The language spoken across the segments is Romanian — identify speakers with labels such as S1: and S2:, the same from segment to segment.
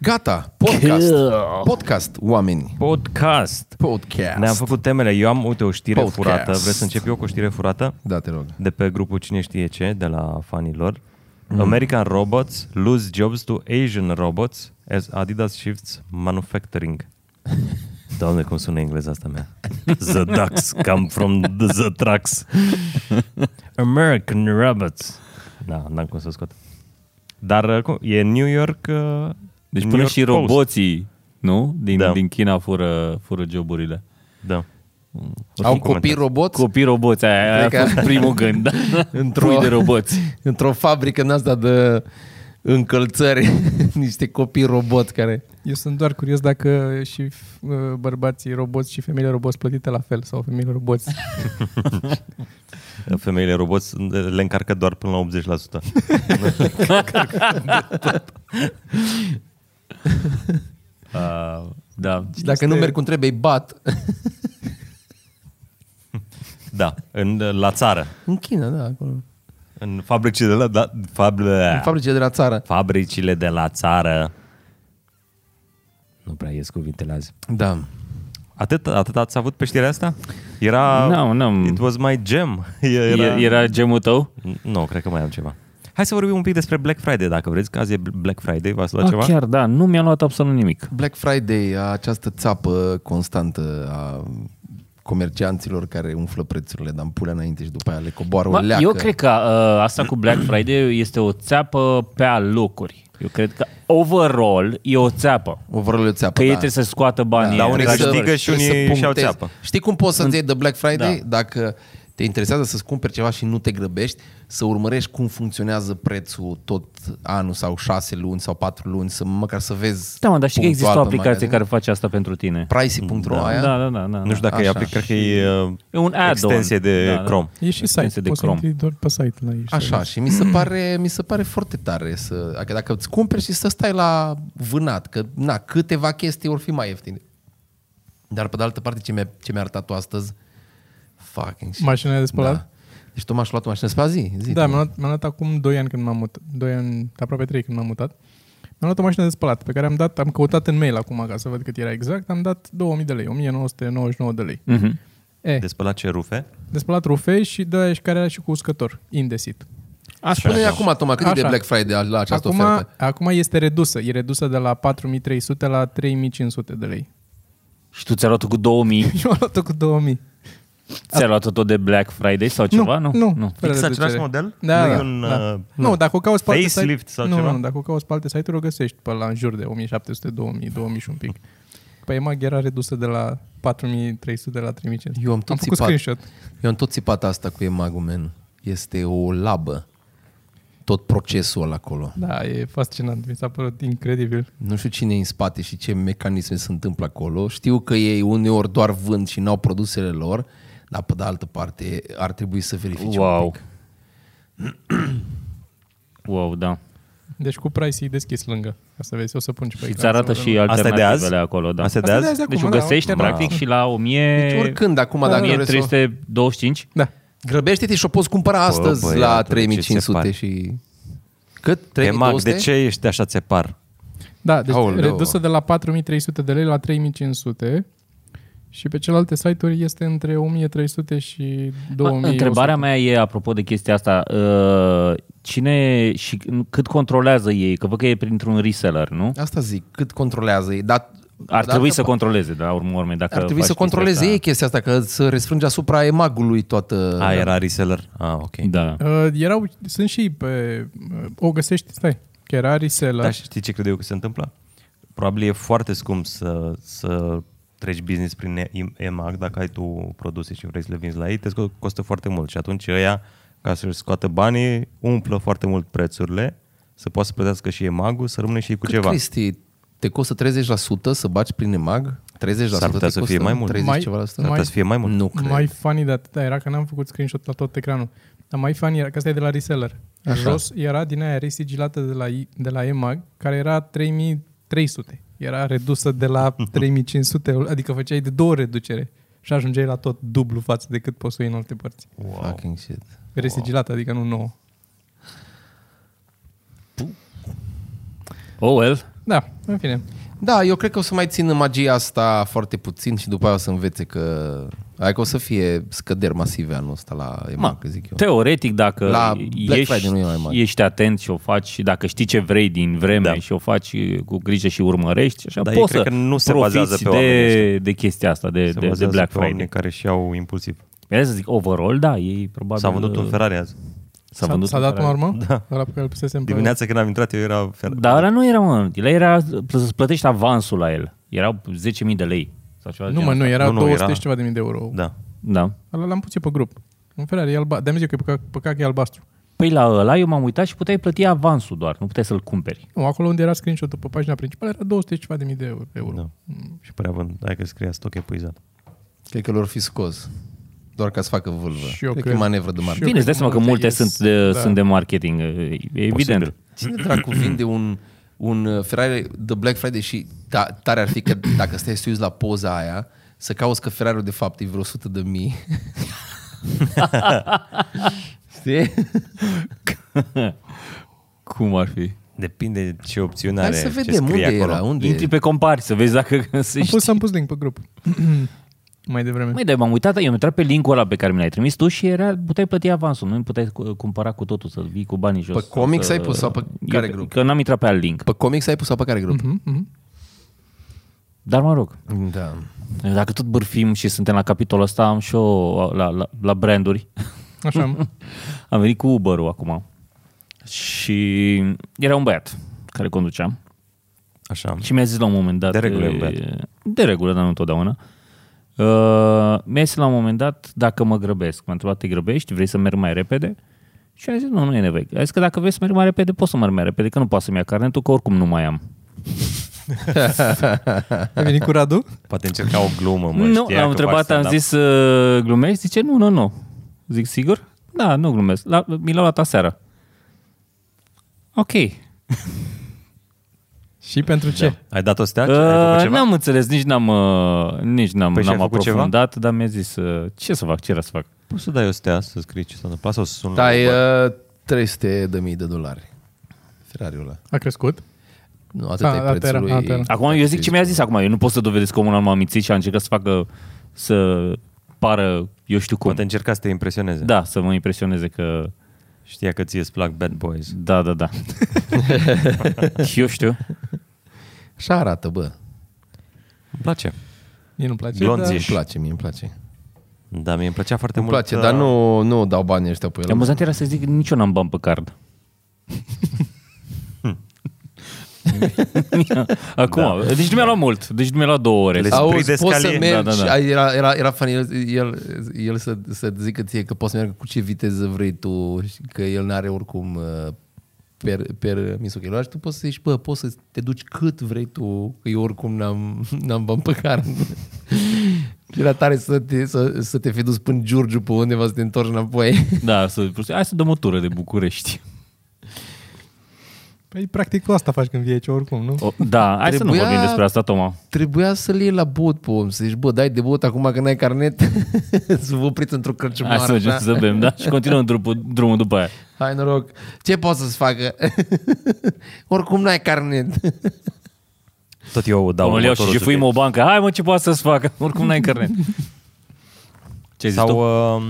S1: Gata, podcast. Podcast, oameni.
S2: Podcast.
S1: Podcast.
S2: Ne-am făcut temele. Eu am, uite, o știre
S1: Podcast.
S2: furată. Vreți să încep eu cu o știre furată?
S1: Da, te rog.
S2: De pe grupul Cine știe ce, de la fanilor. Mm. American robots lose jobs to Asian robots as Adidas shifts manufacturing. Doamne, cum sună engleza asta mea. The ducks come from the, the trucks. American robots. Da, n-am cum să scot. Dar uh, cum, e New York... uh,
S3: Deci
S2: New
S3: până
S2: York
S3: și
S2: Post.
S3: roboții, nu? Din,
S2: Da.
S3: da. din China fură, fură joburile.
S2: Da.
S1: Au copii roboți
S3: Copii roboți, aia, aia
S1: Cred
S3: a
S1: că-
S3: fost primul gând. Da?
S1: Într-o-
S3: Pui de roboți.
S1: într-o fabrică în asta de încălțări. Niște copii roboți care...
S4: Eu sunt doar curios dacă și f- bărbații roboți și femeile roboți plătite la fel sau femeile roboți.
S2: Femeile roboți le încarcă doar până la 80%.
S3: Uh, da.
S1: Și dacă nu merg cum trebuie, îi bat.
S2: Da, în, la țară.
S1: În China, da, acolo.
S2: În fabricile de la, da, fab,
S1: În fabrice de la țară.
S2: fabricile de la țară. Nu prea ies cuvintele azi.
S1: Da.
S2: Atât, atât ați avut pe știrea asta? Era...
S3: Nu, n-am.
S2: It was my gem. Era...
S3: Era... era gemul tău?
S2: Nu, cred că mai am ceva. Hai să vorbim un pic despre Black Friday, dacă vreți, că azi e Black Friday, v-ați luat
S3: Ah,
S2: ceva?
S3: Chiar da, nu mi-a luat absolut nimic.
S1: Black Friday, această țapă constantă a comercianților care umflă prețurile, dar în pulea înainte și după aia le coboară o
S3: Ba,
S1: leacă.
S3: eu cred că uh, asta cu Black Friday este o țeapă pe alocuri. Eu cred că overall e o țeapă.
S1: O vrălă țeapă,
S3: Că
S1: da.
S3: ei trebuie să scoată banii.
S2: Dar Da, unii
S3: Trebuie să-
S2: câștigă și
S1: trebuie
S2: unii
S1: să
S2: și-au
S1: punctezi.
S2: țeapă.
S1: Știi cum poți să-ți iei de Black
S3: Da.
S1: Friday? Dacă te interesează să-ți cumperi ceva și nu te grăbești, să urmărești cum funcționează prețul tot anul sau șase luni sau patru luni, să măcar să vezi
S3: Da, mă, dar știi că există o
S1: punctual pe
S3: aplicație
S1: magazin.
S3: care face asta pentru tine.
S1: Pricey.ro
S3: da,
S1: aia?
S3: Da, da, da, da.
S2: Nu știu dacă e
S1: Așa.
S2: aplic, cred că e, uh,
S3: E un add-on.
S2: extensie de
S3: Da, da.
S2: Chrome.
S4: E și
S3: Extensie
S4: site,
S3: de
S4: poți să
S3: Chrome.
S4: intri doar pe site la ei. și
S1: Așa, și mi se pare, mi se pare foarte tare să, adică dacă îți cumperi și să stai la vânat, că na, câteva chestii vor fi mai ieftine. Dar pe de altă parte, ce mi-a, ce mi-a arătat tu astăzi? Fucking shit.
S4: Mașina de spălat?
S1: Da. Deci tu m-aș luat o mașină spălat zi? zi
S4: Da,
S1: tu.
S4: mi-am luat, mi-am luat acum 2 ani când m-am mutat, 2 ani, aproape 3 când m-am mutat. Mi-am luat o mașină de spălat pe care am dat, am căutat în mail acum ca să văd cât era exact, am dat 2000 de lei, 1999 de lei.
S3: Uh-huh.
S4: E,
S2: De spălat ce rufe?
S4: de spălat rufe și de aia și care era și cu uscător, indesit.
S3: Așa.
S1: Spune-ne acum, Toma, cât e de
S4: Așa.
S1: Black Friday la această
S4: Acum,
S1: ofertă?
S4: acum este redusă, e redusă de la 4300 la 3500 de lei.
S3: Și tu ți-ai luat cu 2000,
S4: Eu am luat-o cu 2000.
S3: ți-ai luat tot de Black Friday sau ceva? Nu,
S4: Nu, nu. fără
S2: Fix
S4: reducere.
S2: același model?
S4: Da,
S2: Nu e
S4: da,
S2: un,
S4: da.
S2: uh,
S4: nu, dacă o cauți pe alte
S2: facelift
S4: site,
S2: sau
S4: nu,
S2: ceva?
S4: Nu, dacă o cauți pe alte site-uri, o găsești pe la în jur de 1700, 2000, 2000 și un pic. Pe EMAG era redusă de la 4300 de la 3500.
S1: Eu am tot
S4: am făcut
S1: țipat.
S4: screenshot.
S1: Eu am tot țipat asta cu emagul, man. Este o labă. Tot procesul ăla acolo.
S4: Da, e fascinant, mi s-a părut incredibil.
S1: Nu știu cine e în spate și ce mecanisme se întâmplă acolo. Știu că ei uneori doar vând și n-au produsele lor, dar pe de altă parte ar trebui să verifice wow. un
S3: Wow.
S1: pic.
S3: Wow, da.
S4: Deci cu price e deschis lângă, ca să vezi, o să pun și pe
S3: Și
S4: ecran
S3: îți arată
S4: să vedem.
S3: și
S2: Asta e de azi?
S3: alternativele acolo, da.
S2: Asta e de
S4: Asta e de
S2: azi?
S4: azi,
S3: Deci o
S4: Acum, da,
S3: găsești,
S4: alternativ.
S3: practic, și la 1000...
S1: Deci oricând, acum, dacă vrei să o-
S3: 1325?
S4: Da,
S1: Grăbește-te și o poți cumpăra astăzi
S2: băiatul,
S1: la
S2: ce se
S1: 3500
S2: pare?
S1: și... Cât?
S2: Emag,
S1: 3200?
S2: de ce ești așa țepar?
S4: da deci
S1: Aoleu.
S4: redusă de la 4300 de lei la 3500 și pe celelalte site-uri este între 1300 și 2000.
S3: Întrebarea mea e, apropo de chestia asta, uh, cine și cât controlează ei? Că văd că e printr-un reseller, nu?
S1: Asta zic, cât controlează ei. Dar,
S3: Ar
S1: pe de
S3: trebui
S1: altă
S3: să controleze, da, urmă urmei, dacă
S1: Ar trebui
S3: faci
S1: să controleze
S3: chestia
S1: ei chestia asta, că să resfrânge asupra emagului toată...
S2: A, era reseller? A, ok.
S3: asta. Da.
S4: Uh, erau, sunt și pe... Uh, o găsești, stai, că era reseller.
S2: Dar știi ce cred eu că se întâmplă? Probabil e foarte scump să, să treci business prin E- EMAG dacă ai tu produse și vrei să le vinzi la ei, te sco- costă foarte mult și atunci ăia, ca să-și scoată banii, umplă foarte mult prețurile, să poată să plătească și EMAG-ul, să rămâne și ei cu
S1: Cât,
S2: ceva.
S1: Cristi, te costă 30% să baci prin emag? 30%
S2: S-ar putea
S1: te
S2: să
S1: costă?
S2: fie mai mult.
S1: 30
S4: Mai-
S1: ceva la sută?
S2: S-ar putea să fie mai mult.
S1: Nu cred.
S4: mai funny de atâta era că n-am făcut screenshot la tot ecranul. Dar mai funny era că asta e de la reseller.
S1: Așa.
S4: Așa. Jos era din aia resigilată de la, I- de la EMAG, care era 3300. Era redusă de la 3500, adică făceai de două ori reducere și ajungeai la tot dublu față de cât poți să iei în alte părți.
S1: Wow. Fucking shit.
S4: Resigilată, adică nu nouă.
S3: Oh, well.
S4: Da, în fine.
S1: Da, eu cred că o să mai țin magia asta foarte puțin și după aia o să învețe că... Hai că o să fie scăderi masive anul ăsta la
S3: Ma,
S1: EMAG, zic eu.
S3: teoretic, dacă
S1: La Black
S3: ești,
S1: Friday nu e mai mare.
S3: ești atent și o faci și dacă știi ce vrei din vreme da. și o faci cu grijă și urmărești, așa,
S2: Dar ei
S3: poți
S2: cred
S3: să
S2: că nu se
S3: profiți
S2: bazează pe oamenii
S3: de, de chestia asta, de,
S2: Se
S3: de, de
S2: bazează
S3: Black
S2: pe oamenii
S3: Friday.
S2: care și au impulsiv.
S3: Vreau să zic, overall, da, ei probabil... uh,
S2: S-a vândut un Ferrari azi.
S3: S-a
S4: S-a,
S3: vândut
S4: s-a
S3: un
S4: dat până
S3: Ferrari.
S4: la urmă? Da. La pe care îl pusesem pe...
S2: Dimineața când am intrat eu era Ferrari.
S1: Da.
S3: Dar ăla nu era, mă, el era să-ți plătești avansul la el. Erau 10.000 de lei. Sau ceva de
S4: Nu, mă,
S3: genul
S4: nu, era
S2: Nu, nu,
S4: 200
S2: era-
S4: și ceva de mii de euro.
S2: Da.
S3: Da.
S4: Ăla l-am pus eu pe grup. Un Ferrari e alba... De-am zis eu că e păcat, păcat că e albastru.
S3: Păi la ăla eu m-am uitat și puteai plăti avansul doar, nu puteai să-l cumperi.
S4: Nu, acolo unde era screenshot-ul pe pagina principală era 200 și ceva de mii de euro. euro.
S2: da. Și părea vând, hai că scria stoc epuizat.
S1: Cred că lor fi scos. Doar ca să facă vâlvă.
S4: Și eu
S1: cred,
S4: cred.
S1: că e manevră de
S4: Și
S1: marketing.
S4: eu
S3: Bine, îți dai seama că
S4: multe
S3: multe
S4: ies-
S3: sunt de,
S4: da.
S3: sunt de marketing, e- e evident.
S2: Posibil.
S1: Cine dracu vinde un, un uh, Ferrari de Black Friday și ta, tare ar fi că dacă stai să te uiți la poza aia, să cauți că Ferrari-ul de fapt e vreo 100 de mii. Știi?
S3: Cum ar fi?
S2: Depinde ce opțiune
S1: Hai
S2: are,
S1: să
S2: ce
S1: vedem unde
S2: scrie acolo.
S1: era, unde
S3: Intri pe compari să vezi dacă se
S4: Am
S1: Deci
S3: știe.
S4: pus, am pus link pe grup. Mai devreme.
S3: Măi, dar m-am uitat, eu am intrat pe linkul ăla pe care mi l-ai trimis tu și era, puteai plăti avansul, nu puteai cu- cumpăra cu totul, să vii cu banii jos.
S1: Pe
S3: sau
S1: comics
S3: să-
S1: ai pus sau pe care
S3: eu,
S1: grup?
S3: Că n-am intrat pe alt link.
S1: Pe comics ai pus sau pe care grup?
S4: Mhm, mhm.
S3: Dar mă rog,
S1: Da.
S3: dacă tot bârfim și suntem la capitolul ăsta, am și eu la, la, la branduri.
S4: Așa, mă.
S3: Am venit cu Uber-ul acum și era un băiat care conducea
S2: Așa.
S3: și mi-a zis la un moment dat...
S2: De regulă e un
S3: e-
S2: băiat.
S3: De regulă, dar nu întotdeauna. Uh, mi-a zis la un moment dat dacă mă grăbesc. M-a întrebat, te grăbești? Vrei să merg mai repede? Și am zis, nu, nu e nevoie. A zis că dacă vrei să merg mai repede, poți să merg mai repede, că nu poți să-mi ia carnetul, că oricum nu mai am.
S4: Ai venit cu Radu?
S2: Poate încerca o glumă, mă,
S3: nu,
S2: știa
S3: l-am
S2: că
S3: întrebat,
S2: faci
S3: am
S2: stand-up.
S3: zis, uh, glumești? Zice, nu, nu, nu. Zic, sigur? Da, nu glumesc. La, mi l-au luat aseară. Ok.
S4: Și pentru ce?
S3: Da.
S2: Ai dat o stea? Ai făcut
S3: Uh,
S2: ceva?
S3: n-am înțeles, nici n-am, uh, nici n-am,
S2: Păi și
S3: n-am
S2: ai făcut ceva?
S3: aprofundat, dar mi-a zis, uh, ce să fac, ce era să fac?
S2: Poți să dai o stea, să scrii ce s-a întâmplat sau să sun la
S1: Da,
S2: Uber?
S1: e uh, 300 de mii de dolari. Ferrariul ăla.
S4: A crescut?
S1: Nu,
S4: Ah,
S1: atât
S4: da,
S1: e prețul
S4: era,
S1: lui.
S4: da, era.
S3: Acum eu zic ce mi-a zis acum, eu nu pot să dovedesc că omul ăla m-a mințit și a încercat să facă, să pară, eu știu cum.
S2: Poate încerca să te impresioneze.
S3: Da, să mă impresioneze că,
S2: Știa că ție îți plac bad boys.
S3: da, da, da. eu știu.
S1: Așa arată, bă.
S2: Îmi place.
S4: Mie nu-mi place.
S2: Blonzi.
S1: Îmi place, mie îmi place.
S2: Da, mie îmi plăcea foarte
S1: Îmi
S2: mult.
S1: place,
S2: uh,
S1: dar nu, nu dau banii ăștia pe el.
S3: Amuzant era să zic, nici eu n-am bani pe card. Acum, da. deci nu mi-a luat mult, deci nu mi-a luat două ore.
S2: Le-
S3: Sau-
S2: Spre
S1: Auzi, poți să
S2: descalie.
S1: mergi, da,
S3: Da, da,
S1: da,
S3: da.
S1: da. era, era, era funny, el, el, el să, să zică ție că poți să meargă cu ce viteză vrei tu, și că el nu are oricum uh, per, per misocheloa și tu poți să zici, bă, poți să te duci cât vrei tu, că eu oricum n-am, n-am bani pe card. Era tare să te, să, să te fi dus până Giurgiu pe undeva să te întorci înapoi.
S3: Da, să, hai să dăm o tură de București.
S4: Păi practic tu asta faci când vii aici oricum, nu?
S3: O, da, hai să nu
S1: Trebuia-
S3: vorbim despre asta, Toma.
S1: Trebuia să-l iei la bot pe om, să zici, bă, dai de bot acum că n-ai carnet, să vă opriți într-o
S3: Hai să
S1: cărciumară.
S3: mergem
S1: așa.
S3: să bem, da? Și continuăm drumul, drumul după aia.
S1: Hai noroc. Ce poți să-ți facă? Oricum n-ai carnet.
S2: Tot eu o dau
S3: Dau, mă iau și
S2: următorul
S3: jefuim o
S2: subiect.
S3: bancă. Hai mă, ce poate să-ți facă? Oricum n-ai carnet. Ce ai zis tu?
S2: Sau, uh,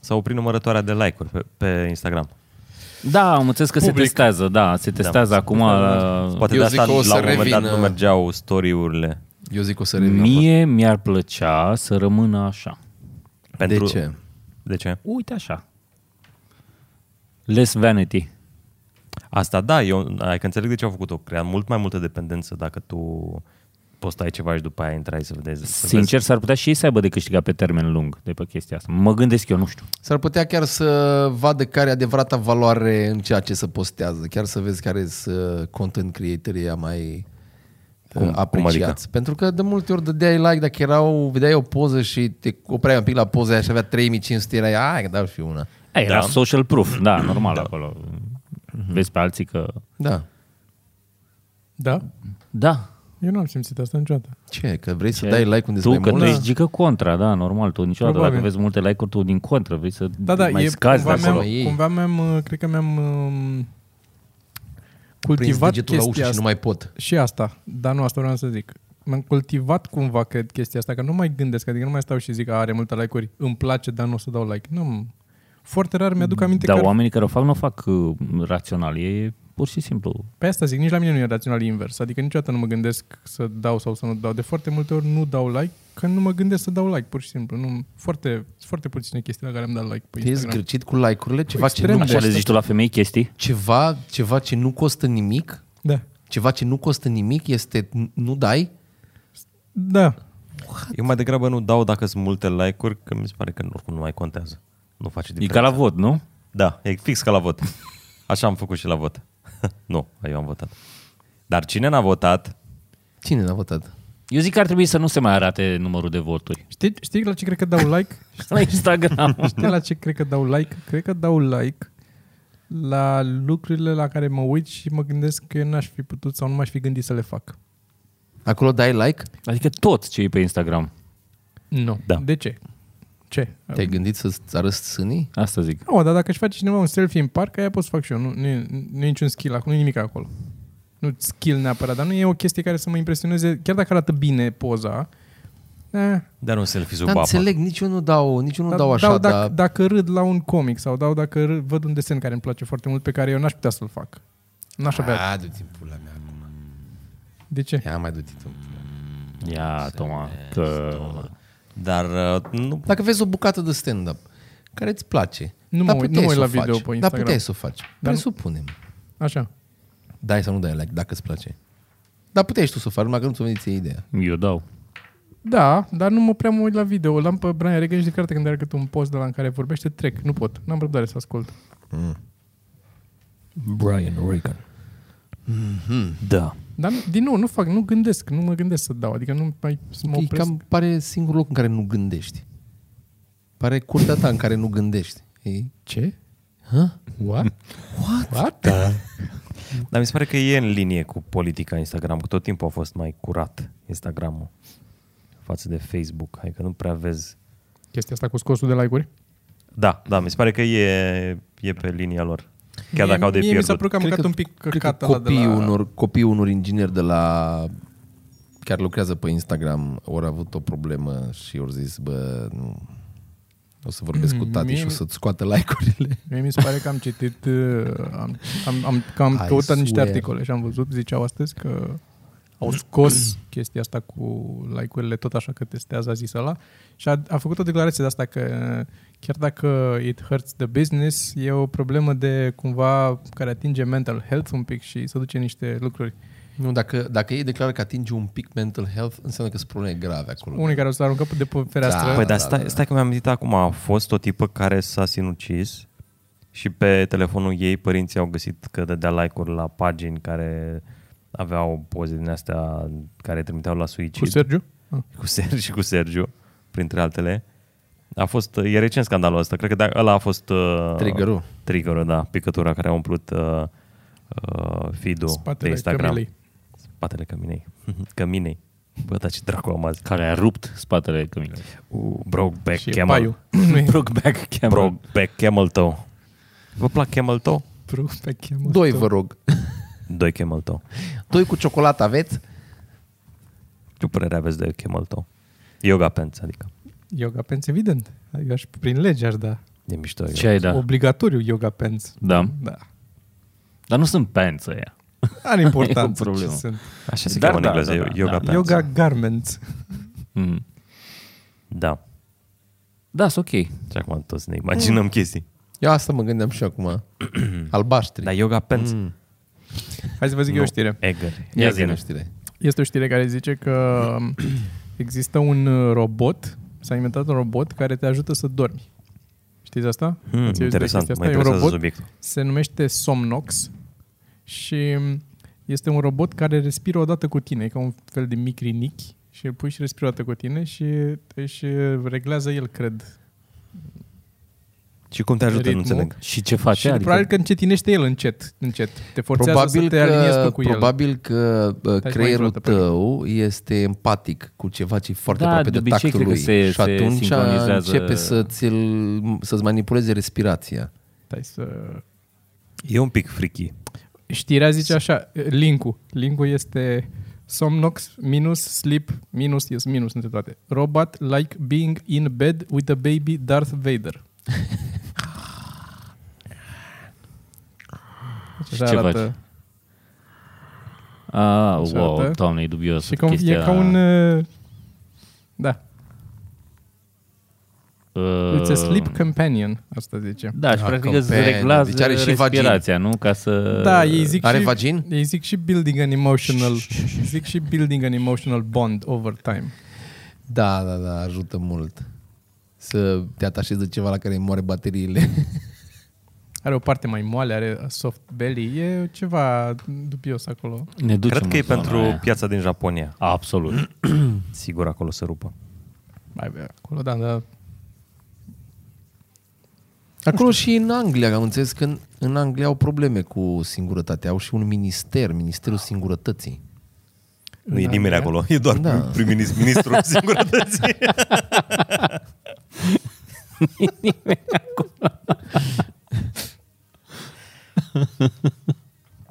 S2: sau oprit numărătoarea de like-uri pe, pe Instagram.
S3: Da, am înțeles că se
S2: public.
S3: testează, da, se testează acum. uh, la-
S2: Poate
S1: Uh. Eu
S2: de
S1: zic
S2: asta
S1: că o să uh.
S2: la un moment dat
S1: revină.
S2: nu mergeau story-urile.
S1: Eu zic o să
S3: Mie mi-ar plăcea să rămână așa.
S2: Pentru...
S1: ce?
S2: De ce?
S3: Uite așa. Less vanity.
S2: Asta da, eu ai că înțeleg de ce au făcut-o. Crea mult mai multă dependență dacă tu postai ceva și după aia intrai să vezi. Să
S3: Sincer, s-ar putea și ei să aibă de câștigat pe termen lung de pe chestia asta. Mă gândesc eu, nu știu.
S1: S-ar putea chiar să vadă care e adevărata valoare în ceea ce se postează. Chiar să vezi care sunt uh, content creatorii ea mai
S2: Cum- cum
S1: cum, apreciați. Cum
S2: adică?
S1: adică? Pentru că de multe ori dădeai like dacă erau, vedeai o poză și te opreai un pic la poza aia și avea 3500, erai, ai, că dau și una.
S3: Ei, Era
S2: Da.
S3: social proof, da, Mhm. normal acolo. Vezi pe alții că...
S1: Da.
S4: Da?
S3: Da,
S4: Eu nu am simțit asta niciodată.
S1: Ce? Că vrei să
S3: Ce?
S1: dai like unde
S3: Tu,
S1: sunt
S3: că
S1: mai
S3: tu
S1: mulți?
S3: ești gică contra, da, normal, tu niciodată, Probabil.
S4: Probabil.
S3: dacă vezi multe like-uri, tu din contră, vrei să
S4: Da, da,
S3: mai
S4: e,
S3: scazi de
S4: cumva,
S3: acolo.
S1: Ei.
S4: mi-am, cumva mi-am, uh, cred că mi-am, um,
S1: prins
S4: cultivat
S1: degetul la
S4: chestia
S1: ușă și nu
S4: asta.
S1: mai pot.
S4: Și asta, dar nu asta vreau să zic. M-am cultivat cumva, cred, chestia asta, că nu mai gândesc, adică nu mai stau și zic, "A, are multe like-uri, îmi place, dar nu o să dau like. Nu, foarte rar mi-aduc aminte
S3: Dar
S4: că ar...
S3: oamenii care o fac nu o fac uh, rațional, e pur și simplu.
S4: pe asta zic, nici la mine nu e rațional invers, adică niciodată nu mă gândesc să dau sau să nu dau. De foarte multe ori nu dau like, că nu mă gândesc să dau like, pur și simplu. Nu, foarte, foarte puține chestii la care am dat like pe
S1: Te-ai
S4: Instagram.
S1: zgârcit cu like-urile, ceva ce
S4: păi, extrem
S1: nu
S4: de
S3: Așa
S1: costă,
S3: le zici tu la femei chestii?
S1: ceva, ceva ce nu costă nimic,
S4: Da,
S1: ceva ce nu costă nimic este n- nu dai.
S4: da.
S2: Eu mai degrabă nu dau dacă sunt multe like-uri, că mi se pare că oricum nu mai contează. Nu face
S3: E
S2: diferență.
S3: ca la vot, nu?
S2: Da, e fix ca la vot. Așa am făcut și la vot. nu, eu am votat. Dar cine n-a votat,
S1: Cine n-a votat?
S3: Eu zic că ar trebui să nu se mai arate numărul de voturi.
S4: Știi, știi la ce cred că dau like?
S3: La Instagram.
S4: Știi la ce cred că dau like? Cred că dau like la lucrurile la care mă uit și mă gândesc că eu n-aș fi putut sau nu m-aș fi gândit să le fac.
S1: Acolo dai like?
S3: adică tot ce e pe Instagram.
S4: Nu.
S2: Da.
S4: De ce? Ce?
S1: Te-ai gândit să-ți arăți sânii?
S3: Asta zic.
S4: Nu, dar dacă își face cineva un selfie în parc, aia pot să fac și eu. Nu, nu, e, nu e niciun skill acolo, nu e nimic acolo. Nu skill neapărat, dar nu e o chestie care să mă impresioneze, chiar dacă arată bine poza. Eh,
S2: dar un selfie sub
S1: Dar
S2: apă.
S1: înțeleg, nici eu nu dau, nici eu nu
S4: Dar
S1: dau așa,
S4: dacă,
S1: dar
S4: dacă râd la un comic sau dau dacă râd, văd un desen care îmi place foarte mult pe care eu n-aș putea să-l fac. N-aș avea.
S1: A, du-te în pula mea acum.
S4: De ce?
S1: Ah. Ia mai du-te tu în pula mea.
S3: Ia, Toma, că...
S2: Dar uh, nu,
S1: Dacă vezi o bucată de stand-up care îți place,
S4: Nu
S1: dar
S4: mă uit-
S1: puteai
S4: nu mă
S1: să
S4: uit
S1: o
S4: la video
S1: faci,
S4: pe
S1: Dar
S4: Instagram.
S1: puteai să o faci. Presupunem.
S4: Așa.
S1: Dai sau nu dai like dacă îți place. Dar puteai și tu să o faci, numai că nu ți-o veni ție ideea.
S3: Eu dau.
S4: Da, dar nu mă prea mă uit la video. Îl am pe Brian Regan și de carte când are cât un post de la în care vorbește, trec. Nu pot. N-am răbdare să ascult.
S3: Brian Regan. Da.
S4: Dar, nu- din nou, nu fac, nu gândesc, nu mă gândesc să dau. Adică nu mai să mă
S1: E
S4: opresc.
S1: cam pare singurul loc în care nu gândești. Pare curtea ta în care nu gândești. E, ce? Hă? What? What? What? Da.
S2: dar mi se pare că e în linie cu politica Instagram, că tot timpul a fost mai curat Instagram-ul față de Facebook. Adică nu prea vezi.
S4: Chestia asta cu scosul de like-uri.
S2: Da, da, mi se pare că e, e pe linia lor. Chiar dacă au de
S4: mie mi s-a
S2: pierdut.
S4: părut că am mâncat un pic
S1: cred
S4: căcat
S1: că
S4: ăla de
S1: copiii,
S4: la...
S1: unor, copiii unor ingineri de la care lucrează pe Instagram ori avut o problemă și ori zis, bă, nu, o să vorbesc cu tati
S4: Mm, Mie-
S1: și o să-ți scoată like-urile.
S4: Mie mi se pare că am citit, uh, am, am, am, că am
S1: I
S4: căutat niște
S1: swear.
S4: articole și am văzut, ziceau astăzi că au scos chestia asta cu like-urile tot așa că testează, a zis ăla. Și a, a făcut o declarație de asta că chiar dacă it hurts the business, e o problemă de cumva care atinge mental health un pic și să duce niște lucruri.
S1: Nu, dacă, dacă ei declară că atinge un pic mental health, înseamnă că sunt probleme grave acolo.
S4: Unii care o să aruncă de pe fereastră.
S1: Da,
S2: Păi, dar
S1: da,
S2: stai,
S1: da.
S2: stai că mi-am zis acum, a fost o tipă care s-a sinucis și pe telefonul ei părinții au găsit că dădea like-uri la pagini care aveau poze din astea care trimiteau la suicid.
S4: Cu Sergiu? Ah.
S2: cu Sergiu și cu Sergiu, printre altele. A fost, e recent scandalul ăsta, cred că da, ăla a fost... Uh,
S1: Trigger-ul.
S2: Trigger-ul, da, picătura care a umplut uh, uh, feed-ul de
S4: Spatele
S2: Instagram.
S4: cămilei.
S2: Spatele căminei. Căminei. Bă, dar ce dracu am azi.
S3: Care a rupt spatele căminei.
S2: Uh, Brokeback
S4: Și
S2: Camel.
S4: paiul.
S3: Brokeback Camel.
S2: Brokeback Camel tău. Vă plac Camel tău?
S4: Pro pe chemă.
S1: Doi, vă rog.
S2: Doi Camel tău.
S1: Doi cu ciocolată aveți?
S2: Ce părere aveți de Camel tău? Yoga pants, adică.
S4: Yoga pants, evident. Adică aș, prin lege aș da.
S2: E mișto. yoga
S3: Ce ai da?
S4: Obligatoriu yoga pants.
S3: Da.
S4: Da.
S3: Dar nu sunt pants ăia.
S4: Are
S3: E o
S4: importanță ce
S3: problemă.
S4: sunt.
S2: Așa se
S3: Dar
S2: cheamă
S3: da,
S2: în engleză,
S3: da, da,
S2: yoga
S3: da.
S2: pants.
S4: Yoga garments.
S3: Mm.
S2: Da.
S3: Da, sunt ok.
S2: Și acum toți ne
S3: Mm.
S2: imaginăm chestii.
S1: Eu asta mă gândeam și eu acum. Albaștri.
S2: Dar yoga pants. Mm.
S1: Mm.
S4: Hai să vă zic eu o știre.
S2: Egger.
S1: Ia zi
S2: Egger.
S1: o știre.
S4: Este o știre care zice că um, există un uh, robot, s-a inventat un robot care te ajută să dormi. Știți asta?
S2: Hmm,
S4: Ați auzit de chestia
S2: interesant, mă
S4: asta? E un
S2: interesează
S4: robot
S2: subiectul.
S4: se numește Somnox și um, este un robot care respiră odată cu tine, e ca un fel de mic rinichi și îl pui și respiră odată cu tine și își uh, reglează el, cred.
S2: Și cum te ajută, nu
S4: Ritmul.
S2: înțeleg.
S3: Și ce
S4: și
S3: face?
S4: adică... probabil că încetinește el încet, încet. Te forțează
S1: Probabil
S4: să te aliniezi
S1: că,
S4: tu cu el.
S1: probabil că uh,
S4: mai
S1: creierul
S4: încolo, te pare.
S1: tău este empatic cu ceva ce e foarte
S3: Da,
S1: aproape
S3: de
S1: de,
S3: obicei,
S1: tactul
S3: cred
S1: lui
S3: că se-
S1: și
S3: se
S1: atunci
S3: sincronizează-
S1: începe să-ți, să manipuleze respirația.
S4: Stai să...
S2: E un pic freaky.
S4: Știrea zice așa, linkul. Linkul este somnox minus sleep minus, yes, minus între toate. Robot like being in bed with a baby Darth Vader.
S3: Și ce faci? Ah,
S4: Așa
S3: wow,
S4: arată.
S3: doamne, e dubios.
S4: Și cum, e
S3: chestia-
S4: ca un... uh, Da,
S3: Uh,
S4: it's a sleep companion, asta zice.
S3: Da, și
S1: Ah,
S3: practic îți
S1: companion.
S3: reglează
S1: Deci are și
S3: respirația, nu? Ca să...
S4: Da, ei zic
S1: Are
S4: și,
S1: vagin?
S4: Ei zic și building an emotional, zic și building an emotional bond over time.
S1: Da, da, da, ajută mult. Să te atașezi de ceva la care îi moare bateriile.
S4: Are o parte mai moale, are soft belly, e ceva dubios acolo.
S3: Ne ducem
S2: Cred că e
S3: în zona
S2: pentru
S3: aia.
S2: piața din Japonia.
S3: Absolut.
S2: Sigur, acolo se rupă.
S4: Mai bine, acolo, da, da.
S1: Acolo și în Anglia, am înțeles că în, în Anglia au probleme cu singurătatea. Au și un minister, Ministerul Singurătății.
S2: Nu e nimeni acolo, e doar
S1: Da.
S2: prim-ministrul singurătății.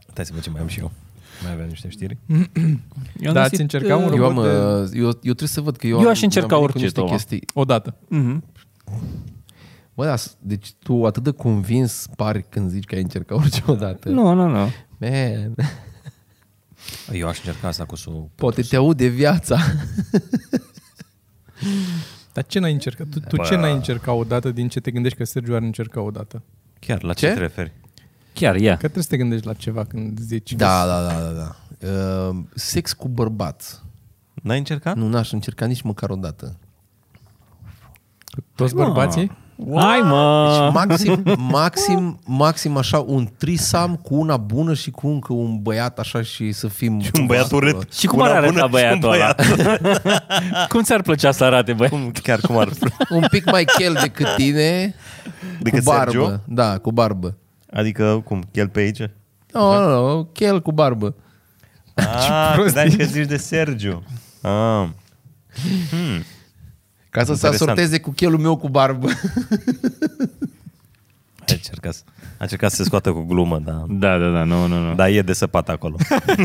S2: Stai să văd ce mai am și eu. Mai aveam niște știri.
S3: Eu am
S4: Da,
S3: găsit,
S4: ați încercat
S3: uh,
S4: un
S1: Eu, am,
S4: robot de...
S1: uh, eu, eu trebuie să văd că eu,
S3: Eu
S1: am-
S3: aș încerca
S1: am venit cu
S3: orice,
S1: niște
S3: Toma.
S1: chestii.
S4: Odată.
S3: Mhm.
S1: Bă, da, s- deci tu atât de convins pari când zici că ai încercat orice odată.
S3: Nu, nu, nu.
S1: Man,
S2: Eu aș încerca asta cu su...
S1: poate te aude viața.
S4: Dar ce n-ai încercat? Tu, tu ce n-ai încercat odată din ce te gândești că Sergiu ar încerca odată?
S2: Chiar, la ce,
S1: Ce?
S2: te referi?
S3: Chiar, ia.
S4: Că trebuie să te gândești la ceva când zici.
S1: Da, da, da, da. da. Uh, sex cu bărbați.
S2: N-ai încercat?
S1: Nu, n-aș încerca nici măcar o dată.
S4: Cu toți bărbații?
S3: Hai, mă!
S1: Deci maxim, maxim, maxim așa un trisam cu una bună și cu încă un băiat așa și să fim...
S2: Și un băiat urât.
S3: Și cum ar
S2: Una bună
S3: arăta
S2: și un
S3: băiatul ăla?
S2: băiat.
S3: Cum ți-ar plăcea să arate, băi?
S2: Cum, chiar cum ar...
S1: Un pic mai chel decât tine,
S2: Decât
S1: cu barbă.
S2: Sergio?
S1: Da, cu barbă.
S2: Adică, cum, el pe aici?
S3: Da.
S1: Nu, no, nu, no, chel cu barbă.
S2: Ah, credeam că zici de Sergiu. Ah. Hmm.
S1: Ca să se
S2: Interesant.
S1: asorteze cu chelul meu cu barbă.
S2: A încercat, să- a încercat să se scoată cu glumă, dar...
S3: Da, da, da, nu, nu, nu.
S2: Dar e de săpat acolo.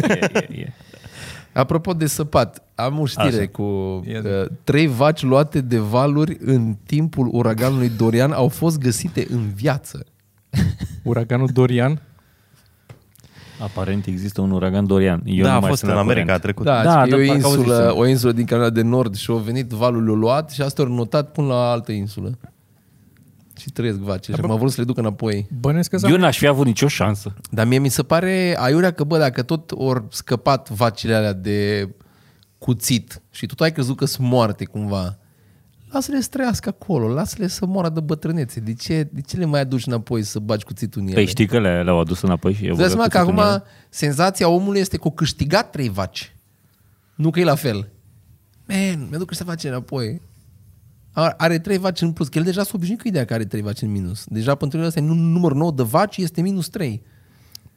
S3: E, e, e.
S1: Apropo de săpat, am o știre
S2: Așa.
S1: cu uh, trei vaci luate de valuri în timpul uraganului Dorian au fost găsite în viață.
S4: Uraganul Dorian?
S3: Aparent există un uragan Dorian. Eu
S2: da,
S3: nu
S2: a
S3: mai
S2: fost
S3: sunt
S2: în
S3: la
S2: America a
S3: curent.
S2: trecut.
S1: Da,
S3: Da,
S1: da, e
S3: da,
S1: o
S3: parcă
S1: insulă,
S3: auzisem.
S1: o insulă din Canada de Nord și au venit valul, l-au luat și asta au notat până la altă insulă. Și trăiesc vaci și am vrut să le duc înapoi.
S4: Bănuiesc că s-a...
S3: Eu n-aș fi avut nicio șansă.
S1: Dar mie mi se pare aiurea că, bă, dacă tot ori scăpat vacile alea de cuțit și tot ai crezut că sunt moarte cumva, lasă-le să trăiască acolo, lasă-le să moară de bătrânețe. De ce, de ce le mai aduci înapoi să bagi cuțitul în ele?
S3: Păi știi că le, le-au adus înapoi și eu
S1: Îți dai seama că acum senzația omului este că o câștigat trei vaci. Nu că e la fel. Man, mi-aduc ăștia vaci înapoi. Are- Are trei vaci în plus. Că el deja s-a obișnuit cu ideea că are trei vaci în minus. Deja pentru el ăsta e nu- numărul 9 de vaci este minus 3.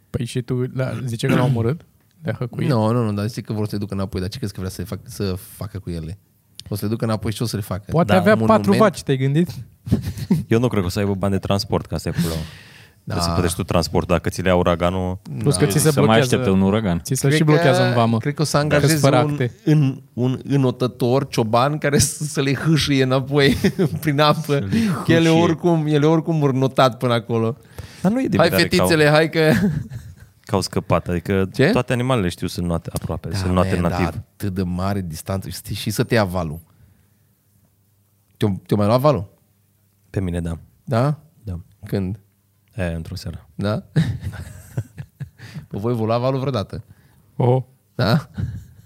S4: Păi și tu la, zice că l-au omorât? Le-a
S1: Nu,
S4: hăcuit?
S1: no, nu, nu, dar zice că vor să le ducă înapoi. Dar ce crezi că vrea să, le fac, să facă cu ele? O să le ducă înapoi și ce o să le facă?
S4: Poate
S1: Da,
S4: avea
S1: un
S4: patru
S1: monument?
S4: vaci, te-ai gândit?
S2: Eu nu cred că o să aibă bani de transport, ca să e pula. Da.
S1: Da.
S2: Să plătești tu transport, dacă ți le ia uraganul...
S4: Plus că ți se
S3: să mai
S4: blochează...
S3: așteptă un uragan.
S4: Ți se
S1: Cred
S4: și
S1: că-
S4: blochează în vamă.
S1: Cred că o să
S4: Dacă
S1: angajez
S4: sunt fără
S1: un,
S4: acte.
S1: în, un înotător, cioban, care să, să le hâșie înapoi prin apă. Că ele oricum, ele oricum ur notat până acolo.
S2: Dar nu e de
S1: hai
S2: mirare
S1: fetițele,
S2: Că
S1: hai că...
S2: au, că au scăpat. Adică
S1: Ce?
S2: ce? toate animalele știu să noate aproape, da, să noate
S1: man,
S2: nativ.
S1: Da, atât de mare distanță și să te- și să te ia valul. Te-o, te-o mai luat valul?
S2: Pe mine, da.
S1: Da?
S2: da.
S1: Când?
S2: E, într-o seară.
S1: Da? Pe voi vă lua valul vreodată?
S4: Oh.
S1: Da?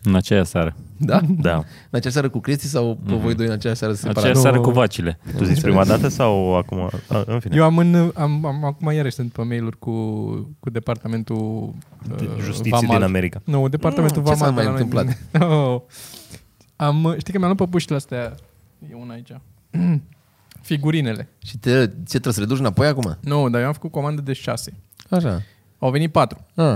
S3: În aceea seară.
S1: Da?
S2: Da.
S1: În acea seară cu Cristi sau pe
S4: Mhm.
S1: voi doi în acea seară separat?
S3: Aceea seară cu vacile.
S2: Tu zici prima dată sau acum? A, în fine.
S4: Eu am, în, am, am acum iarăși sunt pe mail-uri cu, cu departamentul
S2: De
S4: uh,
S2: justiție
S4: vamal.
S2: din America.
S4: Nu, departamentul
S1: Mm, ce
S4: Vamal.
S1: s-a mai
S4: de la noi.
S1: întâmplat?
S4: Oh. Am, uh, știi că mi-am luat păpușile astea. E una aici. Figurinele.
S1: Și te, ce trebuie să le duci înapoi acum?
S4: Nu, dar eu am făcut comandă de șase.
S1: Așa.
S4: Au venit patru.
S1: Ah.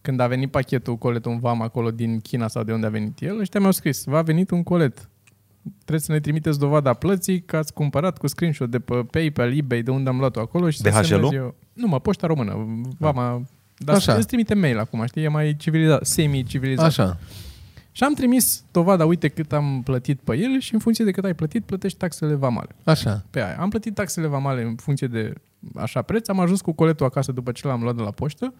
S4: Când a venit pachetul, coletul în vam acolo din China sau de unde a venit el, ăștia mi-au scris, va venit un colet. Trebuie să ne trimiteți dovada plății că ați cumpărat cu screenshot de pe PayPal, eBay, de unde am luat-o acolo și să
S2: DHL-ul?
S4: semnez eu. Nu, mă, poșta română, vama Dar
S1: Așa.
S4: Așa. îți trimite mail acum, știi? E mai civilizat, semi-civilizat.
S1: Așa.
S4: Și am trimis dovada, uite cât am plătit pe el și în funcție de cât ai plătit, plătești taxele vamale.
S1: Așa.
S4: Pe aia. Am plătit taxele vamale în funcție de așa preț, am ajuns cu coletul acasă după ce l-am luat de la poștă,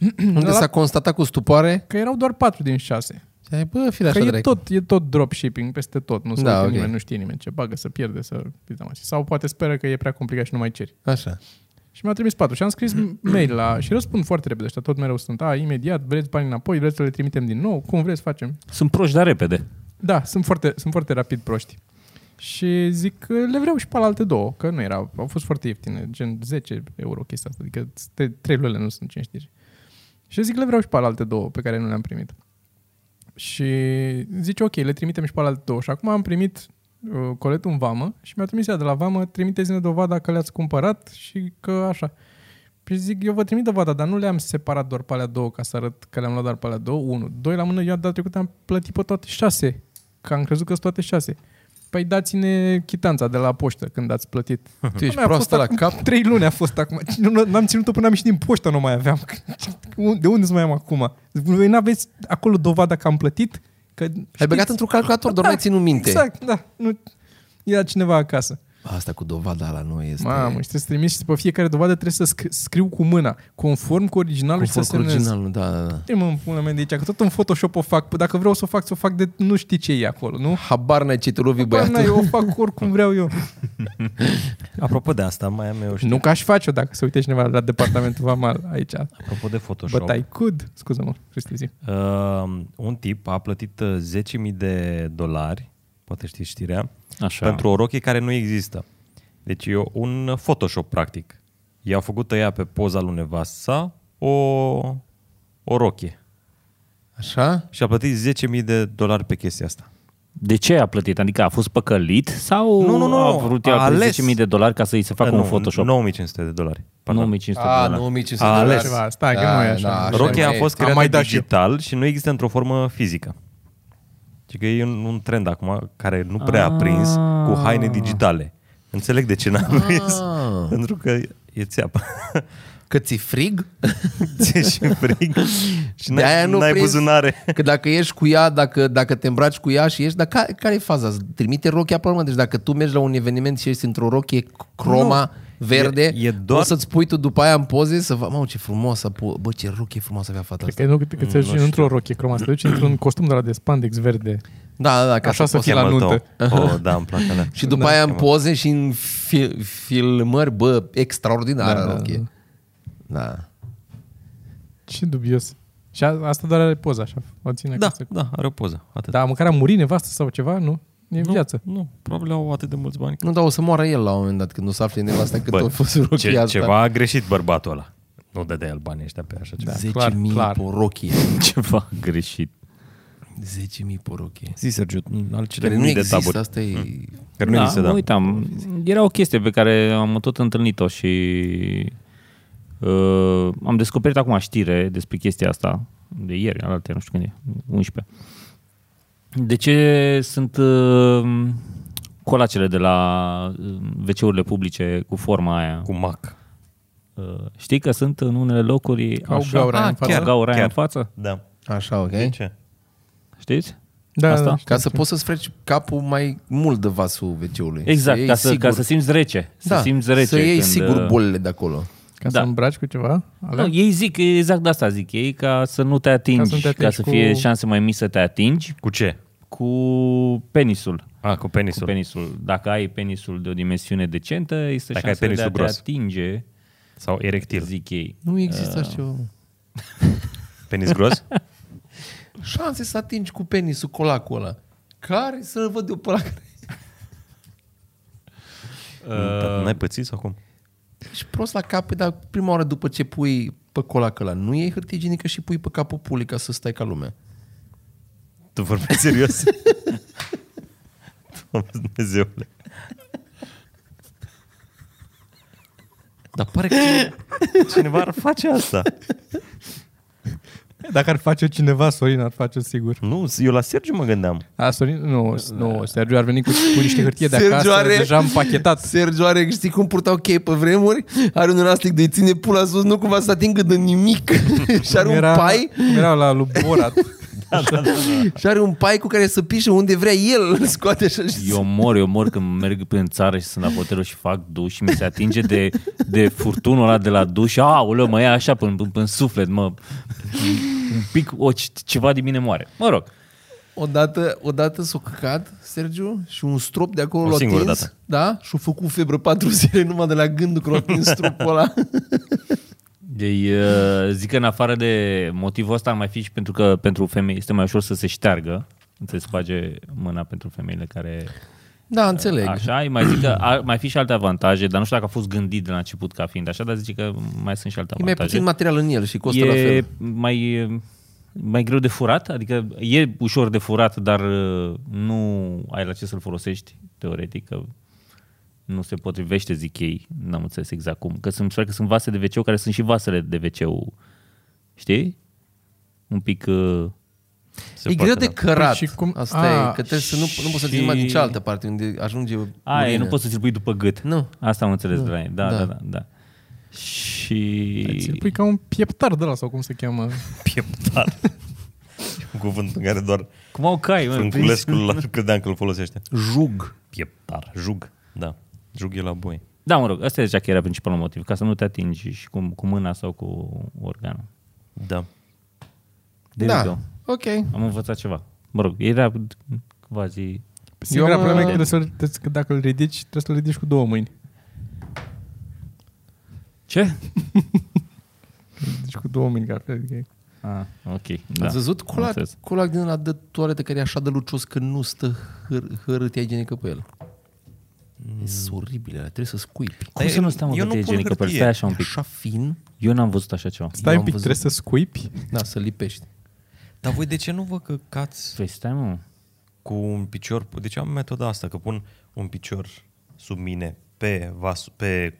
S1: Unde
S4: La-
S1: s-a constatat cu stupoare
S4: că erau doar 4 din 6.
S1: și ai, bă, fire
S4: Că
S1: așa
S4: e
S1: dracu.
S4: tot, e tot dropshipping peste tot, nu se
S1: Da,
S4: da,
S1: ok.
S4: okay. nimeni, nu știe nimeni ce bagă, să pierde, să... pizda mea. Sau poate speră că e prea complicat și nu mai ceri.
S1: Așa.
S4: Și mi-a trimis patru și am scris mail la... Și răspund foarte repede, ăștia tot mereu sunt, a, imediat, vreți bani înapoi, vreți să le trimitem din nou, cum vreți, facem.
S3: Sunt proști, dar repede.
S4: Da, sunt foarte, sunt foarte rapid proști. Și zic că le vreau și pe la alte două, că nu era, au fost foarte ieftine, gen 10 euro chestia asta, adică 3 lule nu sunt 5 lire. Și zic le vreau și pe la alte două pe care nu le-am primit. Și zice, ok, le trimitem și pe la alte două. Și acum am primit uh, coletul în vamă și mi-a trimis ea de la vamă, trimiteți-ne dovada că le-ați cumpărat și că așa. Și zic, eu vă trimit dovada, dar nu le-am separat doar pe alea două ca să arăt că le-am luat doar pe alea două. Unu. Doi la mână, eu data trecută am plătit pe toate șase. Că am crezut că sunt toate șase. Păi dați-ne chitanța de la poștă când ați plătit.
S1: Tu ești
S4: Doamne, Păi a fost
S1: proastă la
S4: acum
S1: cap?
S4: Trei luni a fost acum. Nu- nu- N-am ținut-o până am ieșit din poștă, nu mai aveam. De unde să mai am acum? Voi n-aveți acolo dovada că am plătit? Că
S1: Ai
S4: știți-
S1: băgat într-un calculator, doar
S4: Da,
S1: n-ai ținut minte.
S4: Exact, da. Nu, era cineva acasă.
S1: Asta cu dovada la noi este...
S4: Mamă, și trebuie să trimis și pe fiecare dovadă trebuie să sc- scriu cu mâna, conform cu originalul
S1: Conform
S4: și să
S1: cu
S4: semnez. Original.
S1: originalul, da, da, da.
S4: Mă, în pula mea de aici, că tot în Photoshop o fac. Păi Dacă vreau să o fac, să o fac de nu știi ce e acolo, nu?
S1: Habar n-ai ce te lovi
S4: Bă,
S1: băiatul.
S4: n eu o fac oricum vreau eu.
S2: Apropo de asta, mai am eu știu,
S4: Nu că aș face-o dacă se uite cineva la departamentul Vamal aici.
S2: apropo de Photoshop,
S4: But I could. Scuză-mă, Cristi, zi.
S2: uh, un tip a plătit uh, 10.000 de dolari, poate știi știrea,
S3: Așa.
S2: pentru o rochie care nu există. Deci e un Photoshop, practic. I-au făcut ea pe poza lui nevasta o, o rochie.
S1: Așa?
S2: Și a plătit 10.000 de dolari pe chestia asta.
S3: De ce a plătit? Adică a fost păcălit sau
S2: Nu, nu, nu.
S3: a vrut el
S2: A ales.
S3: 10.000 de dolari ca să-i se facă
S2: Eh,
S3: un
S2: nu,
S3: Photoshop? Păi
S2: 9500 de dolari. Pardon.
S3: 9500 de
S1: da. A,
S3: dolari.
S1: 9500
S2: A
S1: de dolari.
S2: ales.
S4: Ceva, stai, că nu e așa.
S1: da,
S2: Rochia a
S1: e.
S2: fost
S4: Am mai
S2: creată
S4: dat și eu.
S2: digital și nu există într-o formă fizică. Deci că e un, un trend acum care nu prea a prins cu
S1: Ah.
S2: haine digitale. Înțeleg de ce n-a prins. Pentru că e țeapă.
S1: Că ți frig?
S2: Ți-e și frig și
S1: De aia
S2: n-ai,
S1: nu
S2: n-ai
S1: prins.
S2: buzunare.
S1: Că dacă ești cu ea, dacă, dacă te îmbraci cu ea și ești, dar care, care e faza? Îți Trimite rochia pe urmă? Deci dacă tu mergi la un eveniment și ești într-o rochie croma, nu. verde,
S2: E- e doar-
S1: o să-ți pui tu după aia în poze să vă... Mamă, ce frumoasă! pu- Bă, ce rochie frumoasă avea fata
S4: Cred
S1: asta.
S4: că nu, cred că ți-ai duci într-o rochie cromă, să te duci într-un costum de la de spandex verde.
S1: Da, da, da, ca
S4: Așa
S1: să
S4: să
S1: poți
S4: fie la
S2: Cheamă-l
S4: nuntă.
S2: tău. Oh, da, îmi plac alea.
S1: Și după aia în poze și în fi- filmări, bă, extraordinară
S4: Da, da,
S1: da, rochie. Da.
S4: Ce dubios. Și a, asta doar are poza, așa. O ține
S2: Da,
S4: acasă.
S2: da, are o poză. Atât.
S4: Dar măcar a murit nevastă sau ceva, nu? E
S2: nu,
S4: viață.
S2: Nu, probabil au atât de mulți bani.
S1: Nu, dar o să moară el la un moment dat când o să afle nevasta cât a fost rochia
S2: ce,
S1: asta.
S2: Ceva a greșit bărbatul ăla. Nu dădea el banii ăștia pe așa ceva.
S1: 10.000
S4: clar, clar.
S1: pe rochie.
S3: Ceva greșit.
S1: 10.000 pe rochie.
S2: Zi, Sergiu, altcele
S1: Care nu
S2: mii de
S1: există,
S2: taburi.
S1: asta e...
S2: Care nu
S3: da,
S2: există,
S3: mă
S2: da.
S3: uitam. Era o chestie pe care am tot întâlnit-o și uh, am descoperit acum știre despre chestia asta de ieri, alaltă, nu știu când e, 11. De ce sunt uh, colacele de la uh, WC-urile publice cu forma aia?
S2: Cu Mac.
S3: Uh, știi că sunt în unele locuri
S4: Au
S3: așa, Ah,
S4: gaura aia în față.
S3: chiar, gaura aia
S2: Chiar.
S3: în față?
S2: Da.
S1: Așa, ok?
S2: De ce?
S3: Știți?
S4: Da,
S3: Asta?
S4: da,
S1: Deci, Ca să poți să-ți freci capul mai mult de vasul WC-ului.
S3: Exact,
S1: iei
S3: ca să,
S1: sigur-
S3: ca să simți rece. Să
S1: da,
S3: simți rece
S1: Să iei
S3: când,
S1: sigur
S3: uh,
S1: bolile de acolo.
S4: Ca
S3: Da.
S4: să îmbraci cu ceva? Alea?
S3: Nu, ei zic exact de asta, zic ei, ca să nu te atingi, ca să,
S4: Ca să nu te atingi
S3: ca să
S4: cu-
S3: fie șanse mai mici să te atingi
S2: Cu ce?
S3: cu penisul.
S2: A, cu
S3: Cu
S2: penisul.
S3: penisul. Dacă ai penisul de o dimensiune decentă, este
S2: Dacă ai
S3: șansele de a
S2: penisul
S3: te
S2: gros.
S3: atinge,
S2: Sau erectil.
S3: zic ei.
S1: Nu există
S3: uh,
S1: așa ceva. mă.
S2: Penis gros?
S1: Șanse să atingi cu penisul colacul ăla. Care să-l văd eu pe ăla care...
S2: Dar da. N-ai pățit sau cum?
S1: Ești prost la cap, dar prima oară după ce pui pe colacul ăla, nu iei hârtie igienică și pui pe capul pulii ca să stai ca lumea.
S2: Tu vorbeai serios? Doamne, Dumnezeule.
S1: Dar pare că
S2: Cineva ar face asta.
S4: Dacă ar face cineva, Sorin ar face sigur.
S2: Nu, eu la Sergiu mă gândeam.
S4: A, Sorin, nu, nu, Sergiu ar veni cu, cu niște hârtie de
S1: Sergiu
S4: acasă,
S1: are-
S4: deja împachetat.
S1: Da, Sergiu are, știi cum purtau chei pe vremuri? Are un elastic de ține pula sus, nu cumva să atingă de nimic. și are un
S4: Era-
S1: pai,
S4: Era la lui Borat.
S1: și are un pai cu care să pișe unde vrea el, îl scoate așa și
S3: Eu mor, eu mor când merg prin țară și sunt la hotelul și fac duș și mi se atinge de, de furtunul ăla de la duș. Aoleu, mă ia așa până, până, până în suflet, mă. Un pic, o, ce- ceva din mine moare. Mă rog.
S1: Odată, odată s-a căcat Sergiu și un strop de acolo
S2: O
S1: l-a
S2: singură
S1: atins,
S2: dată.
S1: Da? Și-a făcut febră patru zile numai de la gândul că l-a atins stropul ăla.
S3: Ei, uh, zic că în afară de motivul ăsta ar mai fi și pentru că pentru femei este mai ușor să se șteargă. Se sparge mâna pentru femeile care...
S1: Da, înțeleg.
S3: Așa, îi mai zic că ar mai fi și alte avantaje, dar nu știu dacă a fost gândit de la început ca fiind așa, dar zice că mai sunt și alte
S1: E mai
S3: avantaje.
S1: puțin material în el și costă la
S3: e
S1: fel.
S3: mai, mai greu de furat, adică e ușor de furat, dar uh, nu ai la ce să-l folosești, teoretic, că nu se potrivește, zic ei, n-am înțeles exact cum, că sunt, sper că sunt vase de wc care sunt și vasele de wc știi? Un pic... Uh,
S2: Se
S1: E greu
S2: poate,
S1: de
S2: da.
S1: cărat.
S4: Și cum-
S1: Asta e,
S4: Ah,
S1: că trebuie să nu, nu poți să-ți
S3: și-
S1: mai din cealaltă parte unde ajunge
S3: a, e,
S1: urină.
S3: nu poți să-ți-l pui după gât.
S1: Nu.
S3: Asta am înțeles de la ei, da,
S1: Da.
S3: da, da, da. da.
S4: Ți-l
S3: Și...
S4: pui ca un pieptar de la sau cum se cheamă.
S2: Pieptar. E un cuvânt în care doar
S3: Cum au cai, mă,
S2: Frânculescu l- credeam că îl folosește.
S3: Jug.
S2: Pieptar, jug. Da, jug e la boi.
S3: Da, mă rog, asta zicea că era principalul motiv, ca să nu te atingi și cu, cu mâna sau cu organul.
S2: Da.
S3: There you
S1: Da,
S3: go.
S1: ok.
S3: Am învățat ceva. Mă rog, era quasi...
S4: Singura
S1: am,
S4: problemă e că,
S1: uh,
S4: trebuie să-l- trebuie că dacă îl ridici, trebuie să-l ridici cu două mâini.
S3: Ce?
S4: Ridici cu două mâini, că altfel, adică e-
S3: Ah, ok.
S1: Da.
S3: Da.
S1: Ați văzut
S3: am
S1: colac,
S3: înțeles.
S1: colac din ăla de toaletă care e așa de lucios că nu stă hăr, hărâtia igienică pe el? Mm. Sunt oribile, alea, trebuie să scuipi.
S3: Cum
S2: Dar
S3: să nu
S2: eu-
S3: stea mă
S2: eu nu
S3: hârtie
S2: pun
S3: igienică pe el?
S2: hârtie.
S3: Stai așa un pic.
S1: Așa fin,
S3: Eu n-am văzut așa ceva.
S1: Eu
S4: Stai un
S1: am
S4: pic,
S1: văzut.
S4: trebuie să scuipi.
S1: da, să lipești.
S2: Dar voi de ce nu vă căcați
S3: Păi stai, mă.
S2: cu un picior? De ce am metoda asta? Că pun un picior sub mine pe vas, pe,